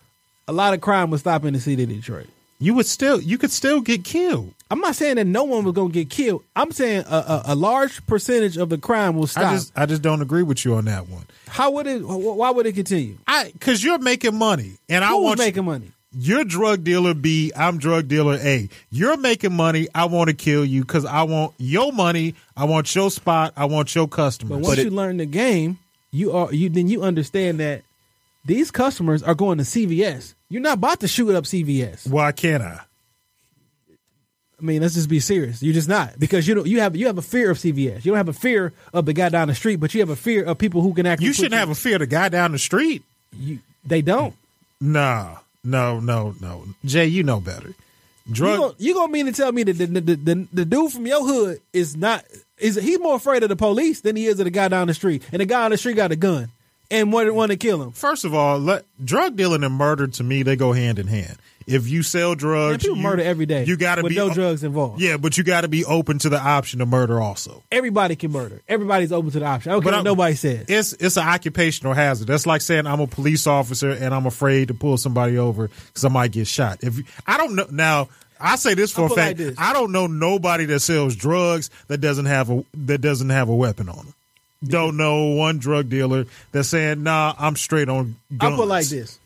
S4: A lot of crime would stop in the city of Detroit.
S5: You would still you could still get killed.
S4: I'm not saying that no one was gonna get killed. I'm saying a, a, a large percentage of the crime will stop.
S5: I just I just don't agree with you on that one.
S4: How would it? wh- Why would it continue?
S5: I because you're making money, and I
S4: Who's
S5: want you-
S4: making money?
S5: You're drug dealer B. I'm drug dealer A. You're making money. I want to kill you because I want your money. I want your spot. I want your customers.
S4: But once you learn the game, you are you then you understand that these customers are going to CVS. You're not about to shoot up CVS.
S5: why can't I?
S4: I mean, let's just be serious. You're just not because you don't you have you have a fear of CVS. You don't have a fear of the guy down the street, but you have a fear of people who can actually.
S5: You
S4: put
S5: shouldn't have a fear of the guy down the street.
S4: You, they don't.
S5: Nah, no, no, no. Jay, you know better.
S4: You
S5: Drug.
S4: gonna, you gonna mean to tell me that the, the, the, the dude from your hood is not is he's more afraid of the police than he is of the guy down the street, and the guy on the street got a gun and want want to kill him.
S5: First of all, let, drug dealing and murder to me they go hand in hand. if you sell drugs,
S4: people
S5: you,
S4: murder every day
S5: You got to
S4: with
S5: be
S4: no drugs involved.
S5: Yeah, but you got to be open to the option to murder also.
S4: Everybody can murder. Everybody's open to the option. I don't care
S5: But
S4: what
S5: I'm-
S4: nobody says.
S5: It's it's an occupational hazard. That's like saying I'm a police officer and I'm afraid to pull somebody over because I might get shot. If I don't know now. I say this for
S4: I'll
S5: a
S4: put it
S5: fact.
S4: like this.
S5: I don't know nobody that sells drugs that doesn't have a that doesn't have a weapon on them. Don't know one drug dealer that's saying, "Nah, I'm straight on."
S4: I'll
S5: Guns.
S4: put it like this.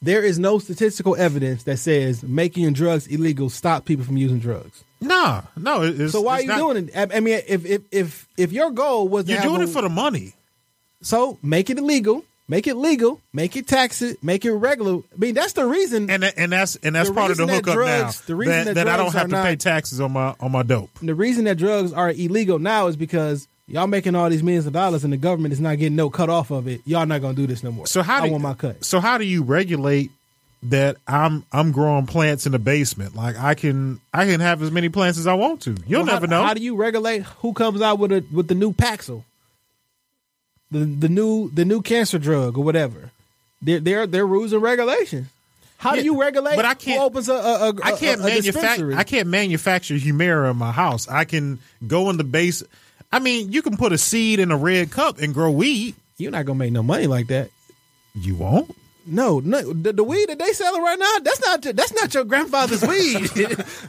S4: There is no statistical evidence that says making drugs illegal stop people from using drugs.
S5: Nah, no. it- It's,
S4: So why are
S5: it's
S4: you
S5: not-
S4: doing it? I I mean, if if if if your goal was to
S5: You're
S4: have
S5: doing
S4: a-
S5: it for the money.
S4: so make it illegal, make it legal, make it tax it, make it regular. I mean, that's the reason.
S5: and tha- and that's and that's
S4: The
S5: part of the
S4: reason that
S5: hookup
S4: drugs-
S5: now.
S4: the reason that
S5: that, that I don't
S4: drugs
S5: have
S4: are
S5: to pay
S4: not-
S5: taxes on my on my dope.
S4: the reason that drugs are illegal now is because y'all making all these millions of dollars and the government is not getting no cut off of it. Y'all not gonna do this no more.
S5: So how
S4: I
S5: do
S4: want my cut?
S5: So how do you regulate that? I'm I'm growing plants in the basement. Like I can I can have as many plants as I want to. You'll
S4: Well,
S5: never
S4: how,
S5: know.
S4: How do you regulate who comes out with a with the new Paxil, the the new the new cancer drug or whatever? There there there are rules and regulations. How
S5: Yeah,
S4: do you regulate?
S5: but I can't-
S4: Who opens a, a, a
S5: I can't
S4: a, a
S5: manufacture.
S4: dispensary?
S5: I can't manufacture Humira in my house. I can go in the base. I mean, you can put a seed in a red cup and grow weed.
S4: You're not gonna make no money like that.
S5: You won't.
S4: No, no, the, the weed that they selling right now, that's not your, that's not your grandfather's weed.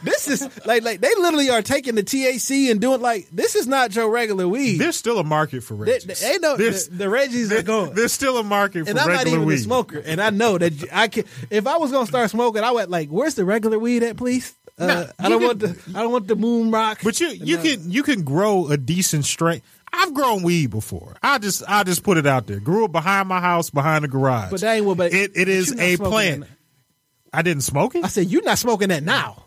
S4: this is like like they literally are taking the THC and doing like this is not your regular weed.
S5: There's still a market for
S4: They-
S5: Reggie's.
S4: they- they know-
S5: there's,
S4: the, the Reggies are going.
S5: there's still a market for
S4: and I'm not
S5: regular
S4: even
S5: weed.
S4: a smoker, and I know that you- I can. If I was gonna start smoking, I would like, "Where's the regular weed at, please? Uh,
S5: Nah,
S4: I don't
S5: you
S4: want
S5: can-
S4: the I don't want the moon rock."
S5: But you you can you can grow a decent strain. I've grown weed before. I just I just put it out there. Grew it behind my house, behind the garage.
S4: But that ain't what- but-
S5: it it
S4: but
S5: is
S4: you're not
S5: a
S4: smoking
S5: plant.
S4: it.
S5: I didn't smoke
S4: I
S5: it.
S4: said, "You're not smoking that now."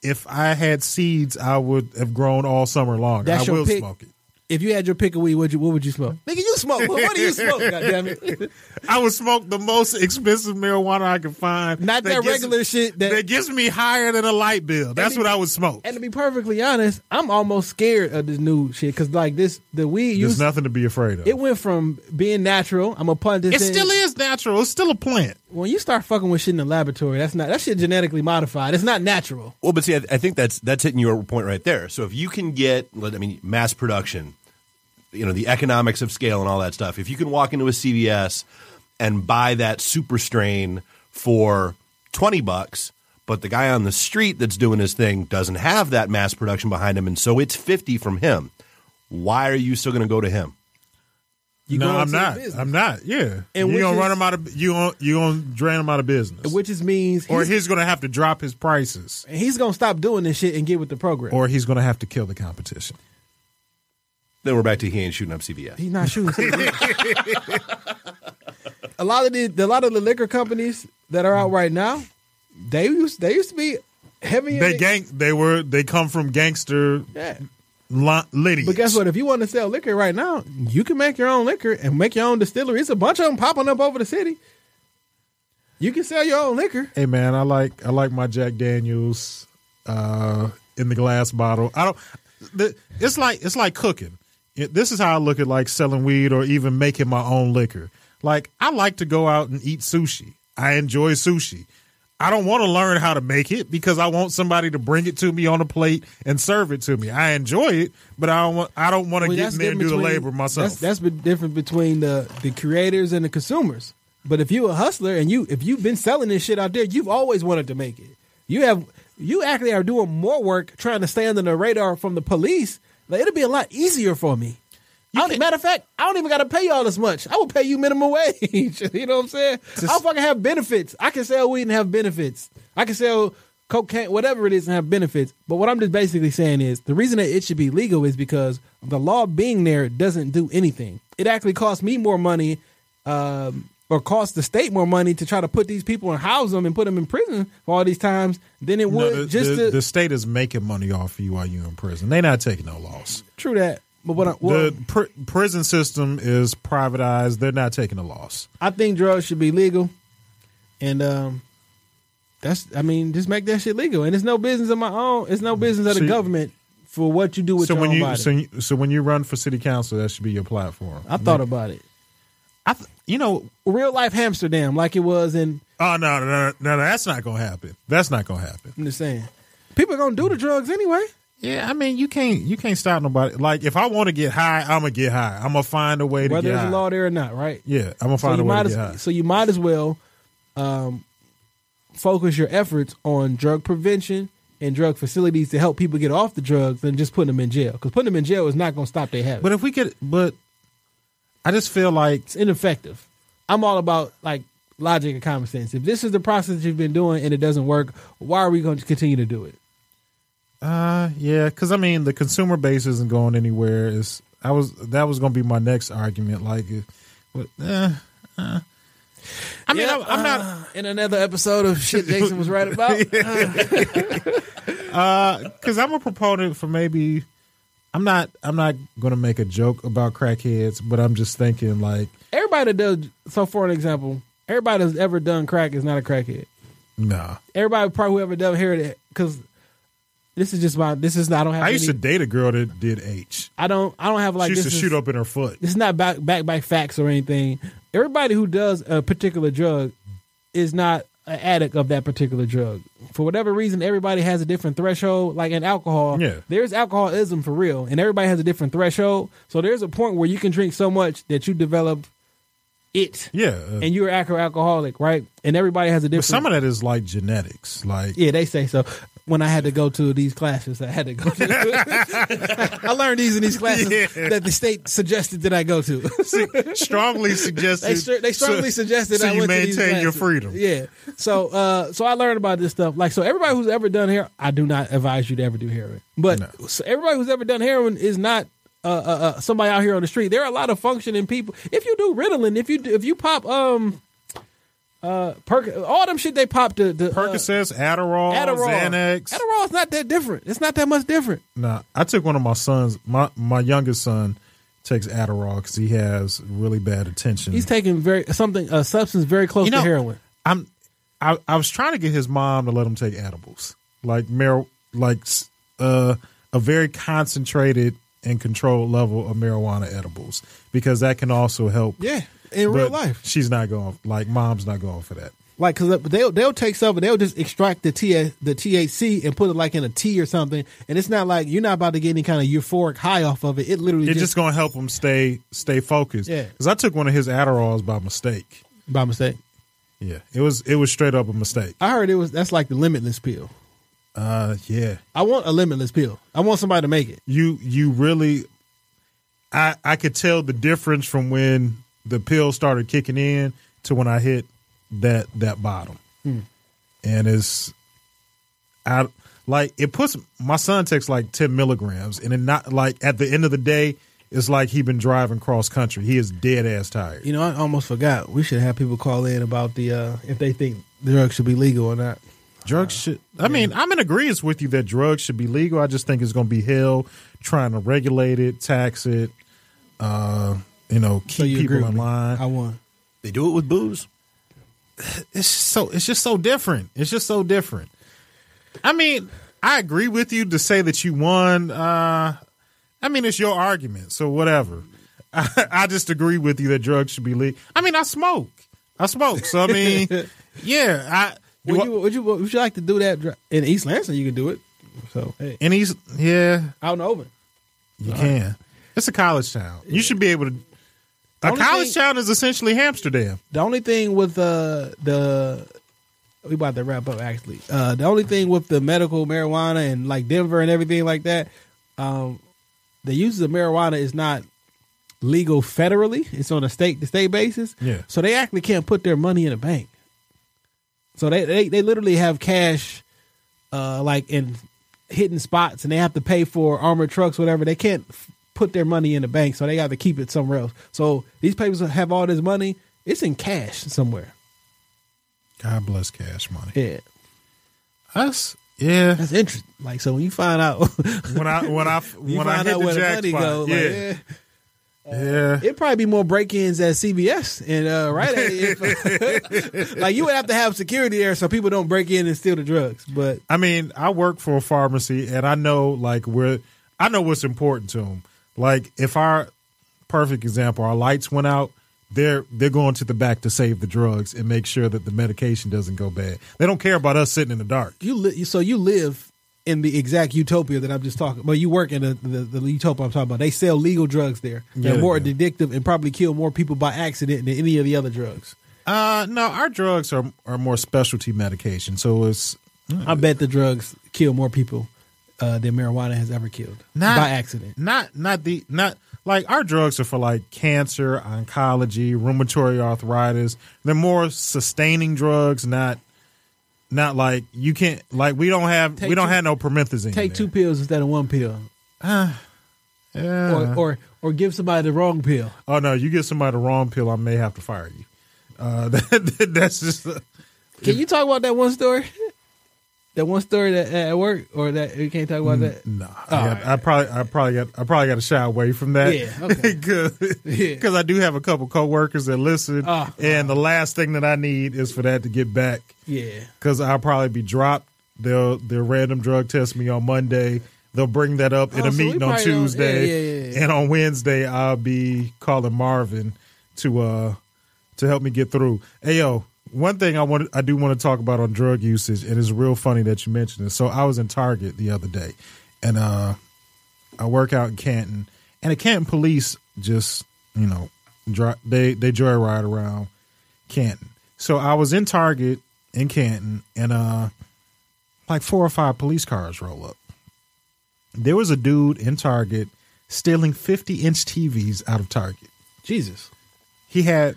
S5: If I had seeds, I would have grown all summer long.
S4: That's
S5: I
S4: your
S5: will
S4: pick?
S5: smoke it.
S4: If you had your pick of weed, what you what would you smoke? Nigga, you smoke. What, what do you smoke? Goddamn it!
S5: I would smoke the most expensive marijuana I could find.
S4: Not that
S5: gets-
S4: regular shit that-
S5: that gets me higher than a light bill. That's
S4: it-
S5: what I would smoke.
S4: And to be perfectly honest, I'm almost scared of this new shit because like this, the weed
S5: There's
S4: used
S5: nothing to be afraid of.
S4: it went from being natural. I'm a pundit.
S5: it still is natural. It's still a plant.
S4: When you start fucking with shit in the laboratory, that's not that shit genetically modified. It's not natural.
S6: Well, but see, I, I think that's that's hitting your point right there. So if you can get, let- I mean, mass production, you know, the economics of scale and all that stuff. If you can walk into a CVS and buy that super strain for twenty bucks, but the guy on the street that's doing his thing doesn't have that mass production behind him, and so it's fifty from him. Why are you still going to go to him?
S4: You
S5: no,
S4: go
S5: I'm
S4: into the
S5: not.
S4: business.
S5: I'm not. Yeah,
S4: And
S5: you
S4: which
S5: gonna
S4: is-
S5: run him out of you gonna you gonna drain him out of business,
S4: which just means
S5: or
S4: he's,
S5: he's gonna have to drop his prices,
S4: he's gonna stop doing this shit and get with the program.
S5: or he's gonna have to kill the competition.
S6: Then we're back to he ain't shooting up CVS.
S4: he's not shooting. a lot of the a lot of the liquor companies that are out right now, they used they used to be heavy.
S5: They gang. They were. They come from gangster
S4: yeah.
S5: li- lineage.
S4: But guess what? If you want to sell liquor right now, you can make your own liquor and make your own distillery. It's a bunch of them popping up over the city. You can sell your own liquor.
S5: Hey man, I like I like my Jack Daniels uh, in the glass bottle. I don't. The, it's like it's like cooking. It, this is how I look at like selling weed or even making my own liquor. Like I like to go out and eat sushi. I enjoy sushi. I don't want to learn how to make it because I want somebody to bring it to me on a plate and serve it to me. I enjoy it, but I don't want I don't want to
S4: Well,
S5: get
S4: that's
S5: in there and do
S4: different
S5: the
S4: between-
S5: labor myself.
S4: That's, that's the difference between the the creators and the consumers. But if you a hustler and you if you've been selling this shit out there, you've always wanted to make it. You have you actually are doing more work trying to stay under the radar from the police. Like it'll be a lot easier for me. I don't- matter of fact, I don't even got to pay y'all this much. I will pay you minimum wage. you know what I'm saying? I'll fucking have benefits. I can sell weed and have benefits. I can sell cocaine, whatever it is, and have benefits. But what I'm just basically saying is the reason that it should be legal is because the law being there doesn't do anything. It actually costs me more money um, or costs the state more money to try to put these people and house them and put them in prison for all these times than it
S5: No,
S4: would
S5: the,
S4: just
S5: the-
S4: to.
S5: the state is making money off you while you're in prison. They're not taking no loss.
S4: true that. But what I, well,
S5: the pr- prison system is privatized. They're not taking a loss.
S4: I think drugs should be legal, and um, that's I mean, just make that shit legal. And it's no business of my own. It's no business of
S5: So
S4: the
S5: you-
S4: government for what you do with
S5: so
S4: your
S5: when
S4: own
S5: you
S4: body.
S5: so, you so when you run for city council, that should be your platform.
S4: I thought about it.
S5: I th- you know
S4: Real life Amsterdam, like it was in
S5: Oh no, no, no, no, that's not gonna happen. That's not gonna happen.
S4: I'm just saying. People are gonna do the drugs anyway.
S5: Yeah, I mean, you can't you can't stop nobody. Like if I want to get high, I'm gonna get high. I'm gonna find a way to
S4: Whether
S5: get
S4: there's
S5: high.
S4: a law there or not, right?
S5: yeah, I'm gonna
S4: So
S5: find
S4: you,
S5: a way
S4: might
S5: to get high.
S4: as, so you might as well um, focus your efforts on drug prevention and drug facilities to help people get off the drugs than just putting them in jail. Because putting them in jail is not going to stop their habit.
S5: But if we could, but I just feel like
S4: it's ineffective. I'm all about like logic and common sense. If this is the process you've been doing and it doesn't work, why are we going to continue to do it?
S5: Uh, yeah, because I mean, the consumer base isn't going anywhere. Is I was that was going to be my next argument. Like, if- but eh, uh, I mean, I'm, I'm not.
S4: in another episode of shit Jason was right about.
S5: because I'm a proponent for maybe I'm not I'm not gonna make a joke about crackheads, but I'm just thinking like
S4: Everybody that does. So for an example, everybody that's ever done crack is not a crackhead.
S5: nah.
S4: Everybody probably whoever done here because this is just my this is not I don't have
S5: I used to
S4: any-
S5: date a girl that did H.
S4: I don't I don't have like
S5: she used
S4: this
S5: to
S4: is,
S5: shoot up in her foot.
S4: This is not back back by facts or anything. Everybody who does a particular drug is not an addict of that particular drug. For whatever reason, everybody has a different threshold. Like in alcohol,
S5: Yeah.
S4: there's alcoholism for real, and everybody has a different threshold. So there's a point where you can drink so much that you develop it,
S5: Yeah, uh,
S4: and you're an alcoholic, right? And everybody has a
S5: but
S4: different.
S5: some of that is like genetics. Like
S4: yeah, they say so. When I had to go to these classes, I had to go. to- I learned these in these classes that the state suggested that I go to.
S5: strongly suggested.
S4: they, str- they strongly
S5: so,
S4: suggested
S5: so
S4: I
S5: you
S4: went to
S5: maintain
S4: these
S5: your
S4: classes.
S5: freedom.
S4: Yeah. So uh, so I learned about this stuff. Like so, everybody who's ever done hair, I do not advise you to ever do heroin. But so everybody who's ever done heroin is not. Uh, uh, uh, somebody out here on the street. There are a lot of functioning people. If you do Ritalin, if you do, if you pop um, uh, Perc, all them shit they pop the, the uh,
S5: Percocets, Adderall,
S4: Adderall,
S5: Xanax.
S4: Adderall's not that different. It's not that much different.
S5: Nah, I took one of my sons. My my youngest son takes Adderall because he has really bad attention.
S4: He's taking very something a substance very close
S5: Mm. You know,
S4: to heroin.
S5: I'm. I, I was trying to get his mom to let him take edibles, like mar- like s- uh, a very concentrated and controlled level of marijuana edibles, because that can also help.
S7: Yeah, in real
S5: But
S7: life.
S5: she's not going. Like mom's not going for that.
S4: Like, cause they'll they'll take something, they'll just extract the T the THC and put it like in a tea or something, and it's not like you're not about to get any kind of euphoric high off of it. It literally
S5: It's
S4: just,
S5: just going to help him stay stay focused.
S4: Yeah.
S5: because I took one of his Adderalls by mistake.
S4: by mistake.
S5: Yeah, it was it was straight up a mistake.
S4: I heard it was that's like the limitless pill.
S5: Uh, yeah.
S4: I want a limitless pill. I want somebody to make it.
S5: you you really I I could tell the difference from when the pill started kicking in to when I hit that that bottom. And it's I like it puts my son takes like 10 milligrams and it not like at the end of the day it's like he been driving cross country. He is dead ass tired.
S4: You know, I almost forgot. We should have people call in about the uh if they think drugs should be legal or not.
S5: Drugs should. I mean, I'm in agreement with you that drugs should be legal. I just think it's going to be hell trying to regulate it, tax it, uh, you know, keep
S4: So you agree
S5: people
S4: with
S5: in
S4: me.
S5: line.
S4: I won.
S6: They do it with booze.
S5: it's just so it's just so different. It's just so different. I mean, I agree with you to say that you won. Uh, I mean, it's your argument, so whatever. I, I just agree with you that drugs should be legal. I mean, I smoke. I smoke. So I mean, yeah. I do
S4: Would
S5: I-
S4: you, would you would you like to do that dr- in East Lansing? You can do it. So hey,
S5: and he's yeah.
S4: out and over.
S5: You can. It's a college town. You should be able to. A
S4: Only
S5: college
S4: thing-
S5: town is essentially Amsterdam.
S4: The only thing with uh, the we about to wrap up actually. Uh, the only thing with the medical marijuana and like Denver and everything like that, um, the use of marijuana is not legal federally. It's on a state to state basis.
S5: Yeah.
S4: So they actually can't put their money in a bank. So they they, they literally have cash, uh, like in hidden spots, and they have to pay for armored trucks, whatever. They can't f- put their money in the bank, so they got to keep it somewhere else. So these papers have all this money. It's in cash somewhere.
S5: God bless cash money.
S4: Yeah,
S5: Us, yeah.
S4: that's interesting. Like so, when you find out,
S5: When I when I
S4: you
S5: when I
S4: find
S5: hit
S4: out
S5: the
S4: where the money
S5: jackpot,
S4: go. Like,
S5: yeah,
S4: yeah.
S5: yeah.
S4: It'd probably be more break-ins at CVS and uh, right at if- like you would have to have security there so people don't break in and steal the drugs. But
S5: I mean, I work for a pharmacy, and I know like where I know what's important to them. Like if our perfect example, our lights went out, they're they're going to the back to save the drugs and make sure that the medication doesn't go bad. They don't care about us sitting in the dark.
S4: You li- so you live in the exact utopia that I'm just talking. Well, you work in the, the, the utopia I'm talking about. They sell legal drugs there. They're
S5: Yeah,
S4: more
S5: yeah.
S4: addictive and probably kill more people by accident than any of the other drugs.
S5: Uh no, our drugs are are more specialty medication. So it's
S4: I bet the drugs kill more people uh, than marijuana has ever killed
S5: not
S4: by accident.
S5: Not not the not like our drugs are for like cancer, oncology, rheumatoid arthritis. They're more sustaining drugs, not not like you can't like we don't have
S4: Take
S5: we don't
S4: two-
S5: have no promethazine.
S4: Take two pills instead of one pill,
S5: two. Yeah.
S4: or, or or give somebody the wrong pill.
S5: oh no, you get somebody the wrong pill, I may have to fire you. Uh, that's just uh,
S4: Can you talk about that one story? That one story that at work, or that you can't talk
S5: Mm,
S4: about that.
S5: Nah, I, got- I probably, I probably got, I probably got to shy away from that.
S4: Yeah, okay.
S5: because
S4: Yeah.
S5: I do have a couple coworkers that listen,
S4: Ah,
S5: and the last thing that I need is for that to get back
S4: Yeah,
S5: because I'll probably be dropped. They'll they'll random drug test me on Monday. They'll bring that up in
S4: Oh,
S5: a
S4: so we
S5: meeting on
S4: probably don't-
S5: Tuesday,
S4: yeah, yeah, yeah, yeah.
S5: and on Wednesday I'll be calling Marvin to uh to help me get through. Hey yo, one thing I want I do want to talk about on drug usage, and it's real funny that you mentioned it. So I was in Target the other day, and uh I work out in Canton, and the Canton police just you know dri they they joyride around Canton. So I was in Target in Canton, and uh, like four or five police cars roll up. There was a dude in Target stealing fifty inch TVs out of Target.
S4: Jesus.
S5: He had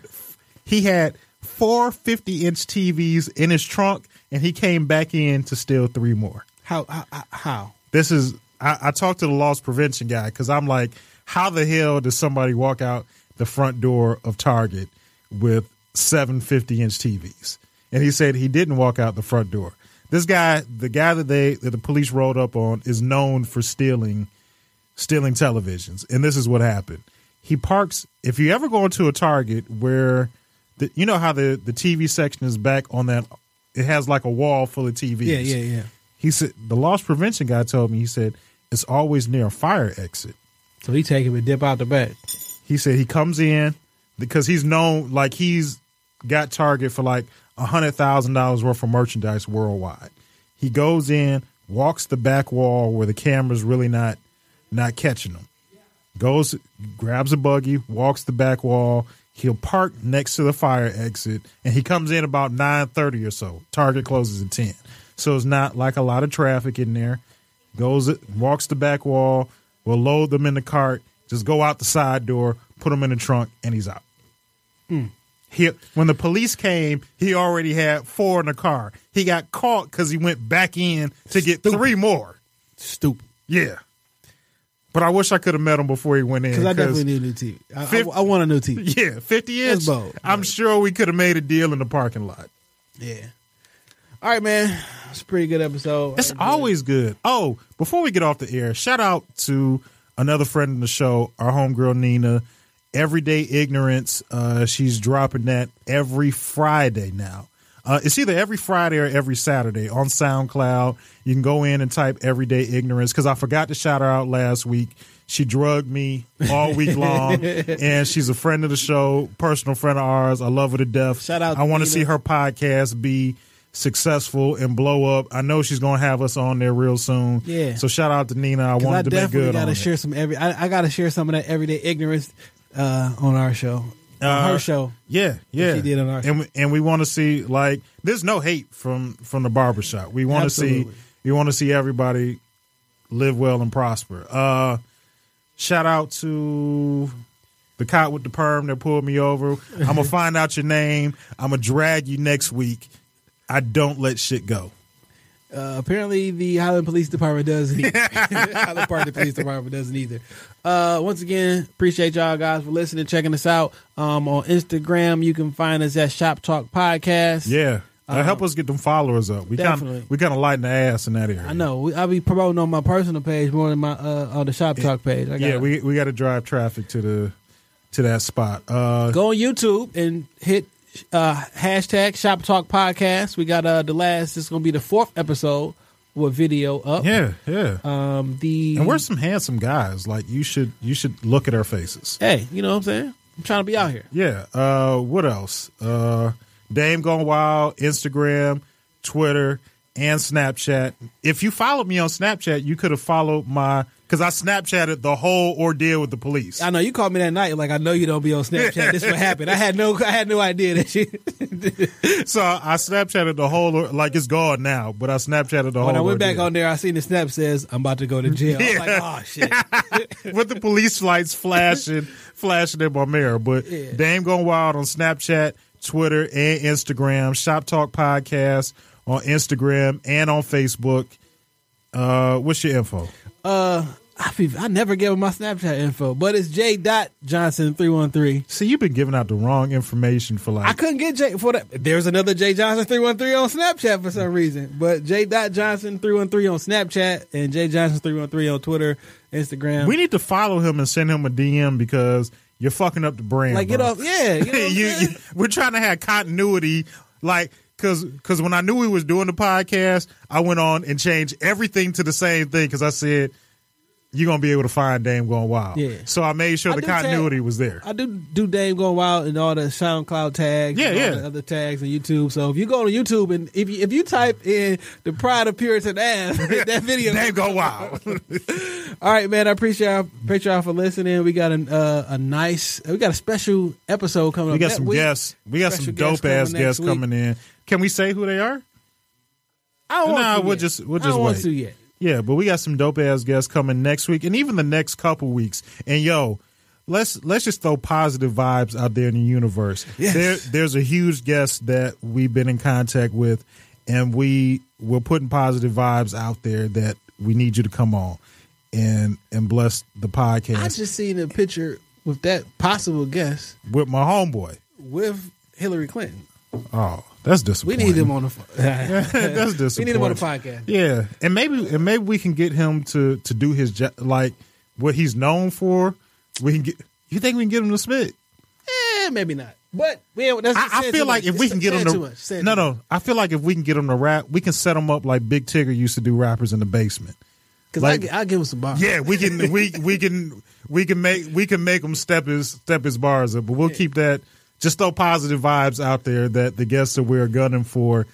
S5: he had four 50 inch TVs in his trunk, and he came back in to steal three more
S4: How how how- how?
S5: this is I, I talked to the loss prevention guy because I'm like, how the hell does somebody walk out the front door of Target with seven 50 inch TVs? And he said he didn't walk out the front door. This guy, the guy that they that the police rolled up on, is known for stealing stealing televisions. And this is what happened. He parks. If you ever go into a Target where, the, you know how the the TV section is back on that, it has like a wall full of TVs.
S4: Yeah, yeah, yeah.
S5: He said the loss prevention guy told me. He said it's always near a fire exit.
S4: So he take him and dip out the back.
S5: He said he comes in because he's known like he's got Target for like a hundred thousand dollars worth of merchandise worldwide. He goes in, walks the back wall where the camera's really not not catching him. Goes grabs a buggy, walks the back wall. He'll park next to the fire exit, and he comes in about nine thirty or so. Target closes at ten, so it's not like a lot of traffic in there. Goes walks the back wall. Will load them in the cart. Just go out the side door, put them in the trunk, and he's out. He when the police came, he already had four in the car. He got caught because he went back in to get three more.
S4: Stupid.
S5: Yeah, but I wish I could have met him before he went in.
S4: Because I
S5: 'cause-
S4: definitely need a new TV. I, I-
S5: Fif-
S4: I want a new TV.
S5: yeah, fifty
S4: That's
S5: inch.
S4: bold.
S5: I'm sure we could have made a deal in the parking lot.
S4: Yeah. All right, man. It's a pretty good episode. Uh,
S5: It's always good. Oh, before we get off the air, shout out to another friend in the show, our homegirl Nina. Everyday Ignorance. Uh, she's dropping that every Friday now. Uh, it's either every Friday or every Saturday on SoundCloud. You can go in and type Everyday Ignorance because I forgot to shout her out last week. She drugged me all week long, and she's a friend of the show, personal friend of ours. I love her to death.
S4: Shout out
S5: I want
S4: Nina.
S5: to see her her podcast be successful and blow up. I know she's gonna have us on there real soon.
S4: Yeah.
S5: So shout out to Nina. I
S4: 'Cause I
S5: wanted to make
S4: definitely
S5: good
S4: gotta
S5: on it.
S4: share some every. I, I gotta share some of that everyday ignorance uh, on our show,
S5: Uh,
S4: on her show.
S5: Yeah, yeah.
S4: she did on our-
S5: and we, and we want to see like there's no hate from from the barbershop. We want to see
S4: Absolutely.
S5: we want to see everybody live well and prosper. Uh shout out to the cop with the perm that pulled me over. I'm gonna find out your name. I'm gonna drag you next week. I don't let shit go.
S4: Uh, apparently, the Highland Police Department doesn't. Either. Highland Park the Police Department doesn't either. Uh, once again, appreciate y'all guys for listening, checking us out um, on Instagram. You can find us at Shop Talk Podcast.
S5: Yeah. Uh, help us get them followers up. We kind
S4: Uh-huh. Definitely.
S5: we kind of lighten the ass in that area.
S4: I know. We- I be promoting on my personal page more than my uh, on the Shop Talk page. I
S5: Yeah,
S4: gotta-
S5: we we got to drive traffic to the to that spot. Uh,
S4: go on YouTube and hit uh, hashtag Shop Talk Podcast. We got uh, the last. It's gonna be the fourth episode with video up.
S5: yeah, yeah.
S4: Um, the
S5: and we're some handsome guys. Like you should you should look at our faces.
S4: hey, you know what I'm saying?
S8: I'm trying to be out here.
S5: Yeah. Uh, what else? Uh, Dame Gone Wild, Instagram, Twitter, and Snapchat. If you followed me on Snapchat, you could have followed my because I Snapchatted the whole ordeal with the police.
S4: I know you called me that night. Like I know you don't be on Snapchat. this what happened. I had no, I had no idea that you.
S5: so I Snapchatted the whole or- like it's gone now, but I Snapchatted the whole.
S4: when I went back
S5: ordeal.
S4: on there, I seen the snap says I'm about to go to jail. I was like, oh shit.
S5: with the police lights flashing, flashing in my mirror. But Dame Gone Wild on Snapchat, Twitter, and Instagram. Shop Talk Podcast on Instagram and on Facebook. Uh, what's your info?
S4: Uh, I, be, I never gave him my Snapchat info, but it's J dot Johnson three one three.
S5: See, you've been giving out the wrong information for
S4: I
S5: like.
S4: couldn't get J for that. There's another J Johnson three one three on Snapchat for some reason, but J dot Johnson three one three on Snapchat and J Johnson three one three on Twitter, Instagram.
S5: we need to follow him and send him a DM because you're fucking up the brand.
S4: like get
S5: bro.
S4: off, yeah. You know what I'm
S5: you,
S4: saying?
S5: you- we're trying to have continuity, like because because when I knew we was doing the podcast, I went on and changed everything to the same thing because I said you're gonna be able to find Dame Gone Wild.
S4: Yeah.
S5: So I made sure
S4: I
S5: the
S4: do tag-
S5: continuity was there.
S4: I do do Dame going wild and all the SoundCloud tags,
S5: Yeah,
S4: and all
S5: yeah.
S4: the other tags on YouTube. So if you go to YouTube and if you, if you type in the Pride of Puritan ass that video,
S5: Dame Gone Wild.
S4: All right, man. I appreciate y'all, appreciate y'all for listening. We got an, uh, a nice, we got a special episode coming
S5: we
S4: up.
S5: got
S4: that
S5: some
S4: week.
S5: guests. We got
S4: Special
S5: some
S4: guests
S5: dope ass
S4: coming next
S5: guests
S4: week.
S5: coming in. Can we say who they are?
S4: I don't want
S5: Nah,
S4: to
S5: we'll
S4: yet.
S5: just- we'll
S4: I
S5: just
S4: don't want
S5: wait.
S4: to yet.
S5: Yeah, but we got some dope ass guests coming next week and even the next couple weeks. And yo, let's let's just throw positive vibes out there in the universe.
S4: Yes.
S5: There there's a huge guest that we've been in contact with and we we're putting positive vibes out there that we need you to come on and and bless the
S4: I
S5: podcast
S4: just seen a picture with that possible guest
S5: with my homeboy.
S4: with Hillary Clinton.
S5: Oh, that's
S4: We
S5: disappointing.
S4: need him on the. phone.
S5: that's disappointing.
S4: we need him on the podcast.
S5: Yeah, and maybe and maybe we can get him to to do his jo- like what he's known for. We can get. You think we can get him to spit?
S4: Eh, maybe not. But we ain't, that's
S5: I, I
S4: saying
S5: feel
S4: too
S5: like
S4: much.
S5: if we
S4: It's
S5: can get
S4: saying
S5: him to
S4: too much. Saying
S5: no
S4: too much.
S5: no, I feel like if we can get him to rap, we can set him up like Big Tigger used to do rappers in the basement.
S4: 'Cause
S5: like-
S4: I, gi- I'll give him some bars.
S5: Yeah, we can we we can we can make we can make him step his step his bars up, but we'll keep that just throw positive vibes out there that the guests that we're gunning for,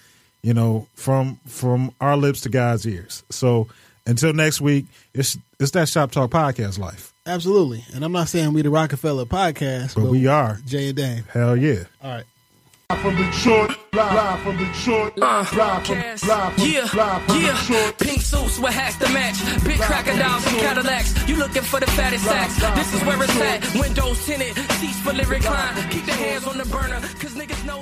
S5: you know, from from our lips to God's ears. So until next week, it's it's that Shop Talk Podcast life.
S4: absolutely. And I'm not saying we the Rockefeller podcast,
S5: But we are.
S4: Jay and Dame.
S5: Hell yeah.
S4: All right.
S2: Live from Detroit, live from Detroit, live from,
S3: Gas.
S2: live from,
S3: Uh, yeah,
S2: live from
S3: yeah.
S2: Detroit.
S3: Pink suits with hats to match. Big cracker dolls and Cadillacs. You looking for the fattest sacks. This is where it's at. Windows tinted, seats for lyric line. Keep the hands on the burner, cause niggas know.